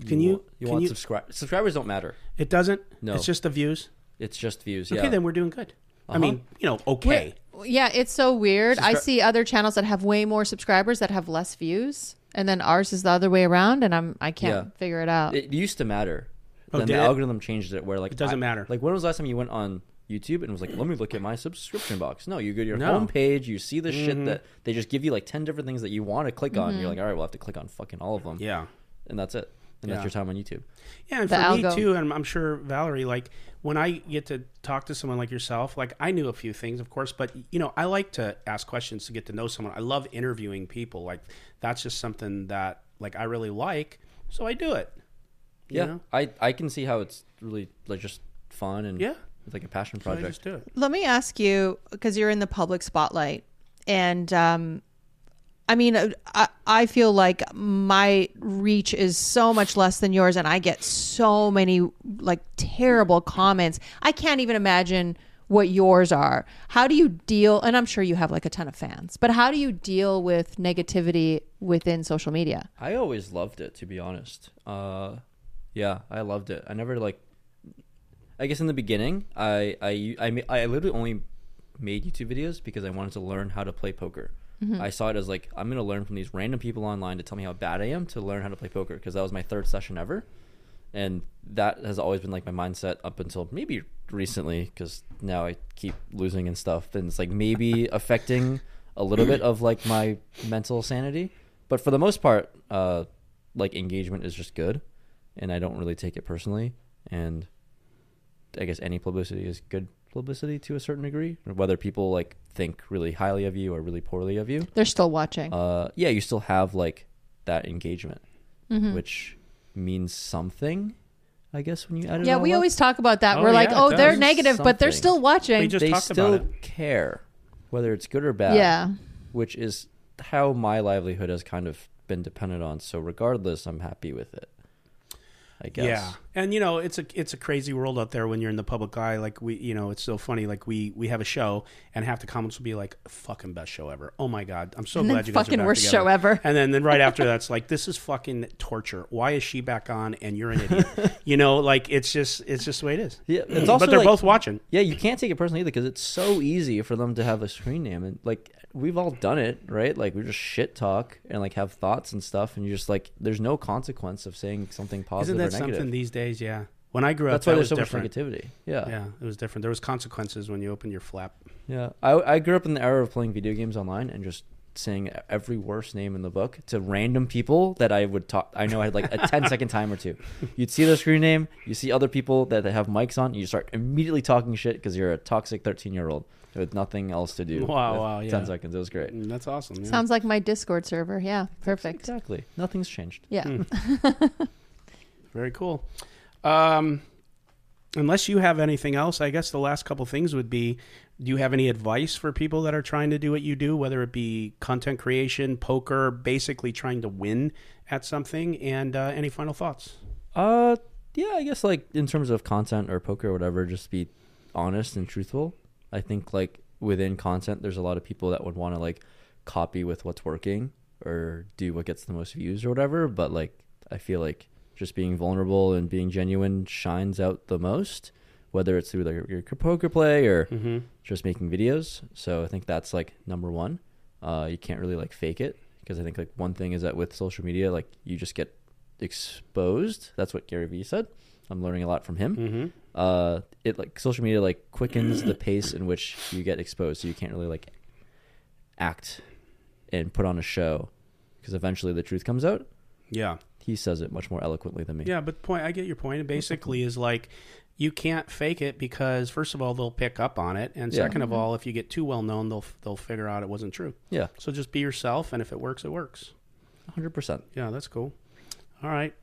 C: Can you?
I: You
C: can
I: want subscribe subscribers don't matter.
C: It doesn't.
I: No.
C: it's just the views.
I: It's just views.
C: Okay,
I: yeah. Uh-huh.
C: then we're doing good. I mean, you know, okay.
D: Yeah, it's so weird. I see other channels that have way more subscribers that have less views, and then ours is the other way around, and I'm I can't
I: Yeah.
D: figure it out.
I: It used to matter. then
C: Oh, did
I: the
C: it?
I: algorithm changed it where like it
C: doesn't matter.
I: Like when was the last time you went on YouTube and was like, let me look at my subscription box? No, you go to your
C: No. Mm-hmm.
I: homepage, you see the shit that they just give you like ten different things that you want to click on. You're like, all right, we'll have to click on fucking all of them.
C: Yeah.
I: and that's it. And
C: Yeah.
I: that's your time on YouTube.
C: Yeah, and for
D: The
C: me
D: algo.
C: too, and I'm sure Valerie, like when I get to talk to someone like yourself, like I knew a few things, of course, but you know, I like to ask questions to get to know someone. I love interviewing people. Like that's just something that like I really like, so I do it. you
I: Yeah,
C: know?
I: I I can see how it's really like just fun and
C: Yeah.
I: it's like a passion
C: So I
I: project.
C: just do it.
F: Let me ask you because you're in the public spotlight, and um, I mean, uh, I, I feel like my reach is so much less than yours, and I get so many like terrible comments. I can't even imagine what yours are. How do you deal? And I'm sure you have like a ton of fans, but how do you deal with negativity within social media?
I: I always loved it, to be honest. Uh, yeah, I loved it. I never like. I guess in the beginning, I I I, ma- I literally only made YouTube videos because I wanted to learn how to play poker. I saw it as like I'm gonna learn from these random people online to tell me how bad I am to learn how to play poker because that was my third session ever, and that has always been like my mindset up until maybe recently because now I keep losing and stuff, and it's like maybe affecting a little bit of like my mental sanity. But for the most part, uh, like engagement is just good, and I don't really take it personally. And I guess any publicity is good publicity to a certain degree, whether people like think really highly of you or really poorly of you
D: They're still watching.
I: uh, yeah, you still have like that engagement,
D: Mm-hmm.
I: which means something, I guess. When you add it,
D: yeah,
I: all
D: we
I: up.
D: always talk about that.
C: Oh,
D: We're like,
C: yeah, it
D: oh, they're
C: does.
D: negative, but they're
I: Something.
D: still watching.
C: We just
I: they
C: talked
I: still
C: about it.
I: care whether it's good or bad.
D: Yeah.
I: which is how my livelihood has kind of been dependent on. So regardless, I'm happy with it. I guess.
C: Yeah, and you know it's a it's a crazy world out there when you're in the public eye. Like we, you know, it's so funny. Like we we have a show, and half the comments will be like, "Fucking best show ever." Oh my god, I'm so
D: And then
C: glad you guys are
D: fucking
C: back
D: worst
C: together.
D: show ever.
C: And then then right after that's like, "This is fucking torture. Why is she back on?" And you're an idiot. you know, like it's just it's just the way it is.
I: Yeah, it's also
C: but they're
I: like-
C: both watching.
I: Yeah, you can't take it personally either because it's so easy for them to have a screen name and like we've all done it, right? Like we just shit talk and like have thoughts and stuff, and you're just like, there's no consequence of saying something
C: Isn't
I: positive
C: that
I: or
C: something
I: negative.
C: these days? Yeah. When I grew up,
I: That's why
C: that
I: there's
C: was
I: so
C: different.
I: much negativity. Yeah, yeah.
C: Yeah, it was different. There was consequences when you opened your flap.
I: I, I grew up in the era of playing video games online and just saying every worst name in the book to random people that I would talk. I know I had like a 10 second time or two. You'd see their screen name, you see other people that they have mics on, and you start immediately talking shit because you're a toxic 13 year old with nothing else to do.
C: Wow,
I: with
C: wow, yeah.
I: 10 seconds. It was great.
C: And that's awesome. yeah.
D: Sounds like my Discord server. Yeah, perfect.
I: Exactly. Nothing's changed.
D: Yeah.
C: Very cool. Um, unless you have anything else, I guess the last couple things would be: Do you have any advice for people that are trying to do what you do, whether it be content creation, poker, basically trying to win at something? And uh, any final thoughts?
I: Uh, yeah, I guess like in terms of content or poker or whatever, just be honest and truthful. I think like within content, there's a lot of people that would want to like copy with what's working or do what gets the most views or whatever. But like, I feel like just being vulnerable and being genuine shines out the most, whether it's through like your- your poker play or just making videos. So I think that's like number one. Uh, you can't really like fake it because I think like one thing is that with social media, like you just get exposed. That's what Gary Vee said. I'm learning a lot from him. Uh, it like social media like quickens the pace in which you get exposed, so you can't really like act and put on a show because eventually the truth comes out.
C: Yeah.
I: He says it much more eloquently than me.
C: Yeah, but point I get your point. It basically is like you can't fake it because first of all they'll pick up on it, and
I: Yeah.
C: 2nd of all, if you get too well known, they'll they'll figure out it wasn't true.
I: yeah,
C: So just be yourself, and if it works, it works.
I: hundred percent.
C: Yeah, that's cool. All right.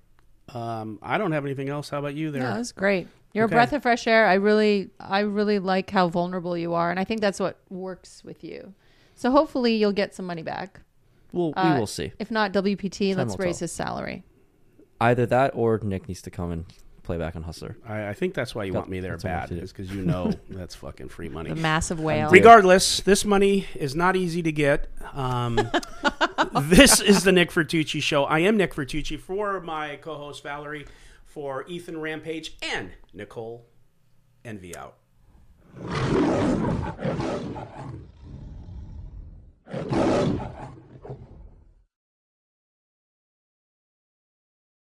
C: Um, I don't have anything else. How about you there?
F: Yeah,
C: Yeah,
F: that's great.
D: You're
C: Okay.
D: a breath of fresh air. I really, I really like how vulnerable you are, and I think that's what works with you. So hopefully, you'll get some money back.
I: Well,
D: Uh,
I: we will see.
D: If not, WPT,
I: Time
D: let's
I: will
D: raise
I: tell.
D: his salary.
I: Either that or Nick needs to come and play back on Hustler.
C: I, I think that's why you
I: That-
C: want me there
I: that's what I
C: bad
I: have to do.
C: is because you know that's fucking free money.
F: The massive whale.
C: Regardless, this money is not easy to get. Um, this is the Nick Fertucci Show. I am Nick Fertucci for my co host Valerie, for Ethan Rampage, and Nicole Envy Out.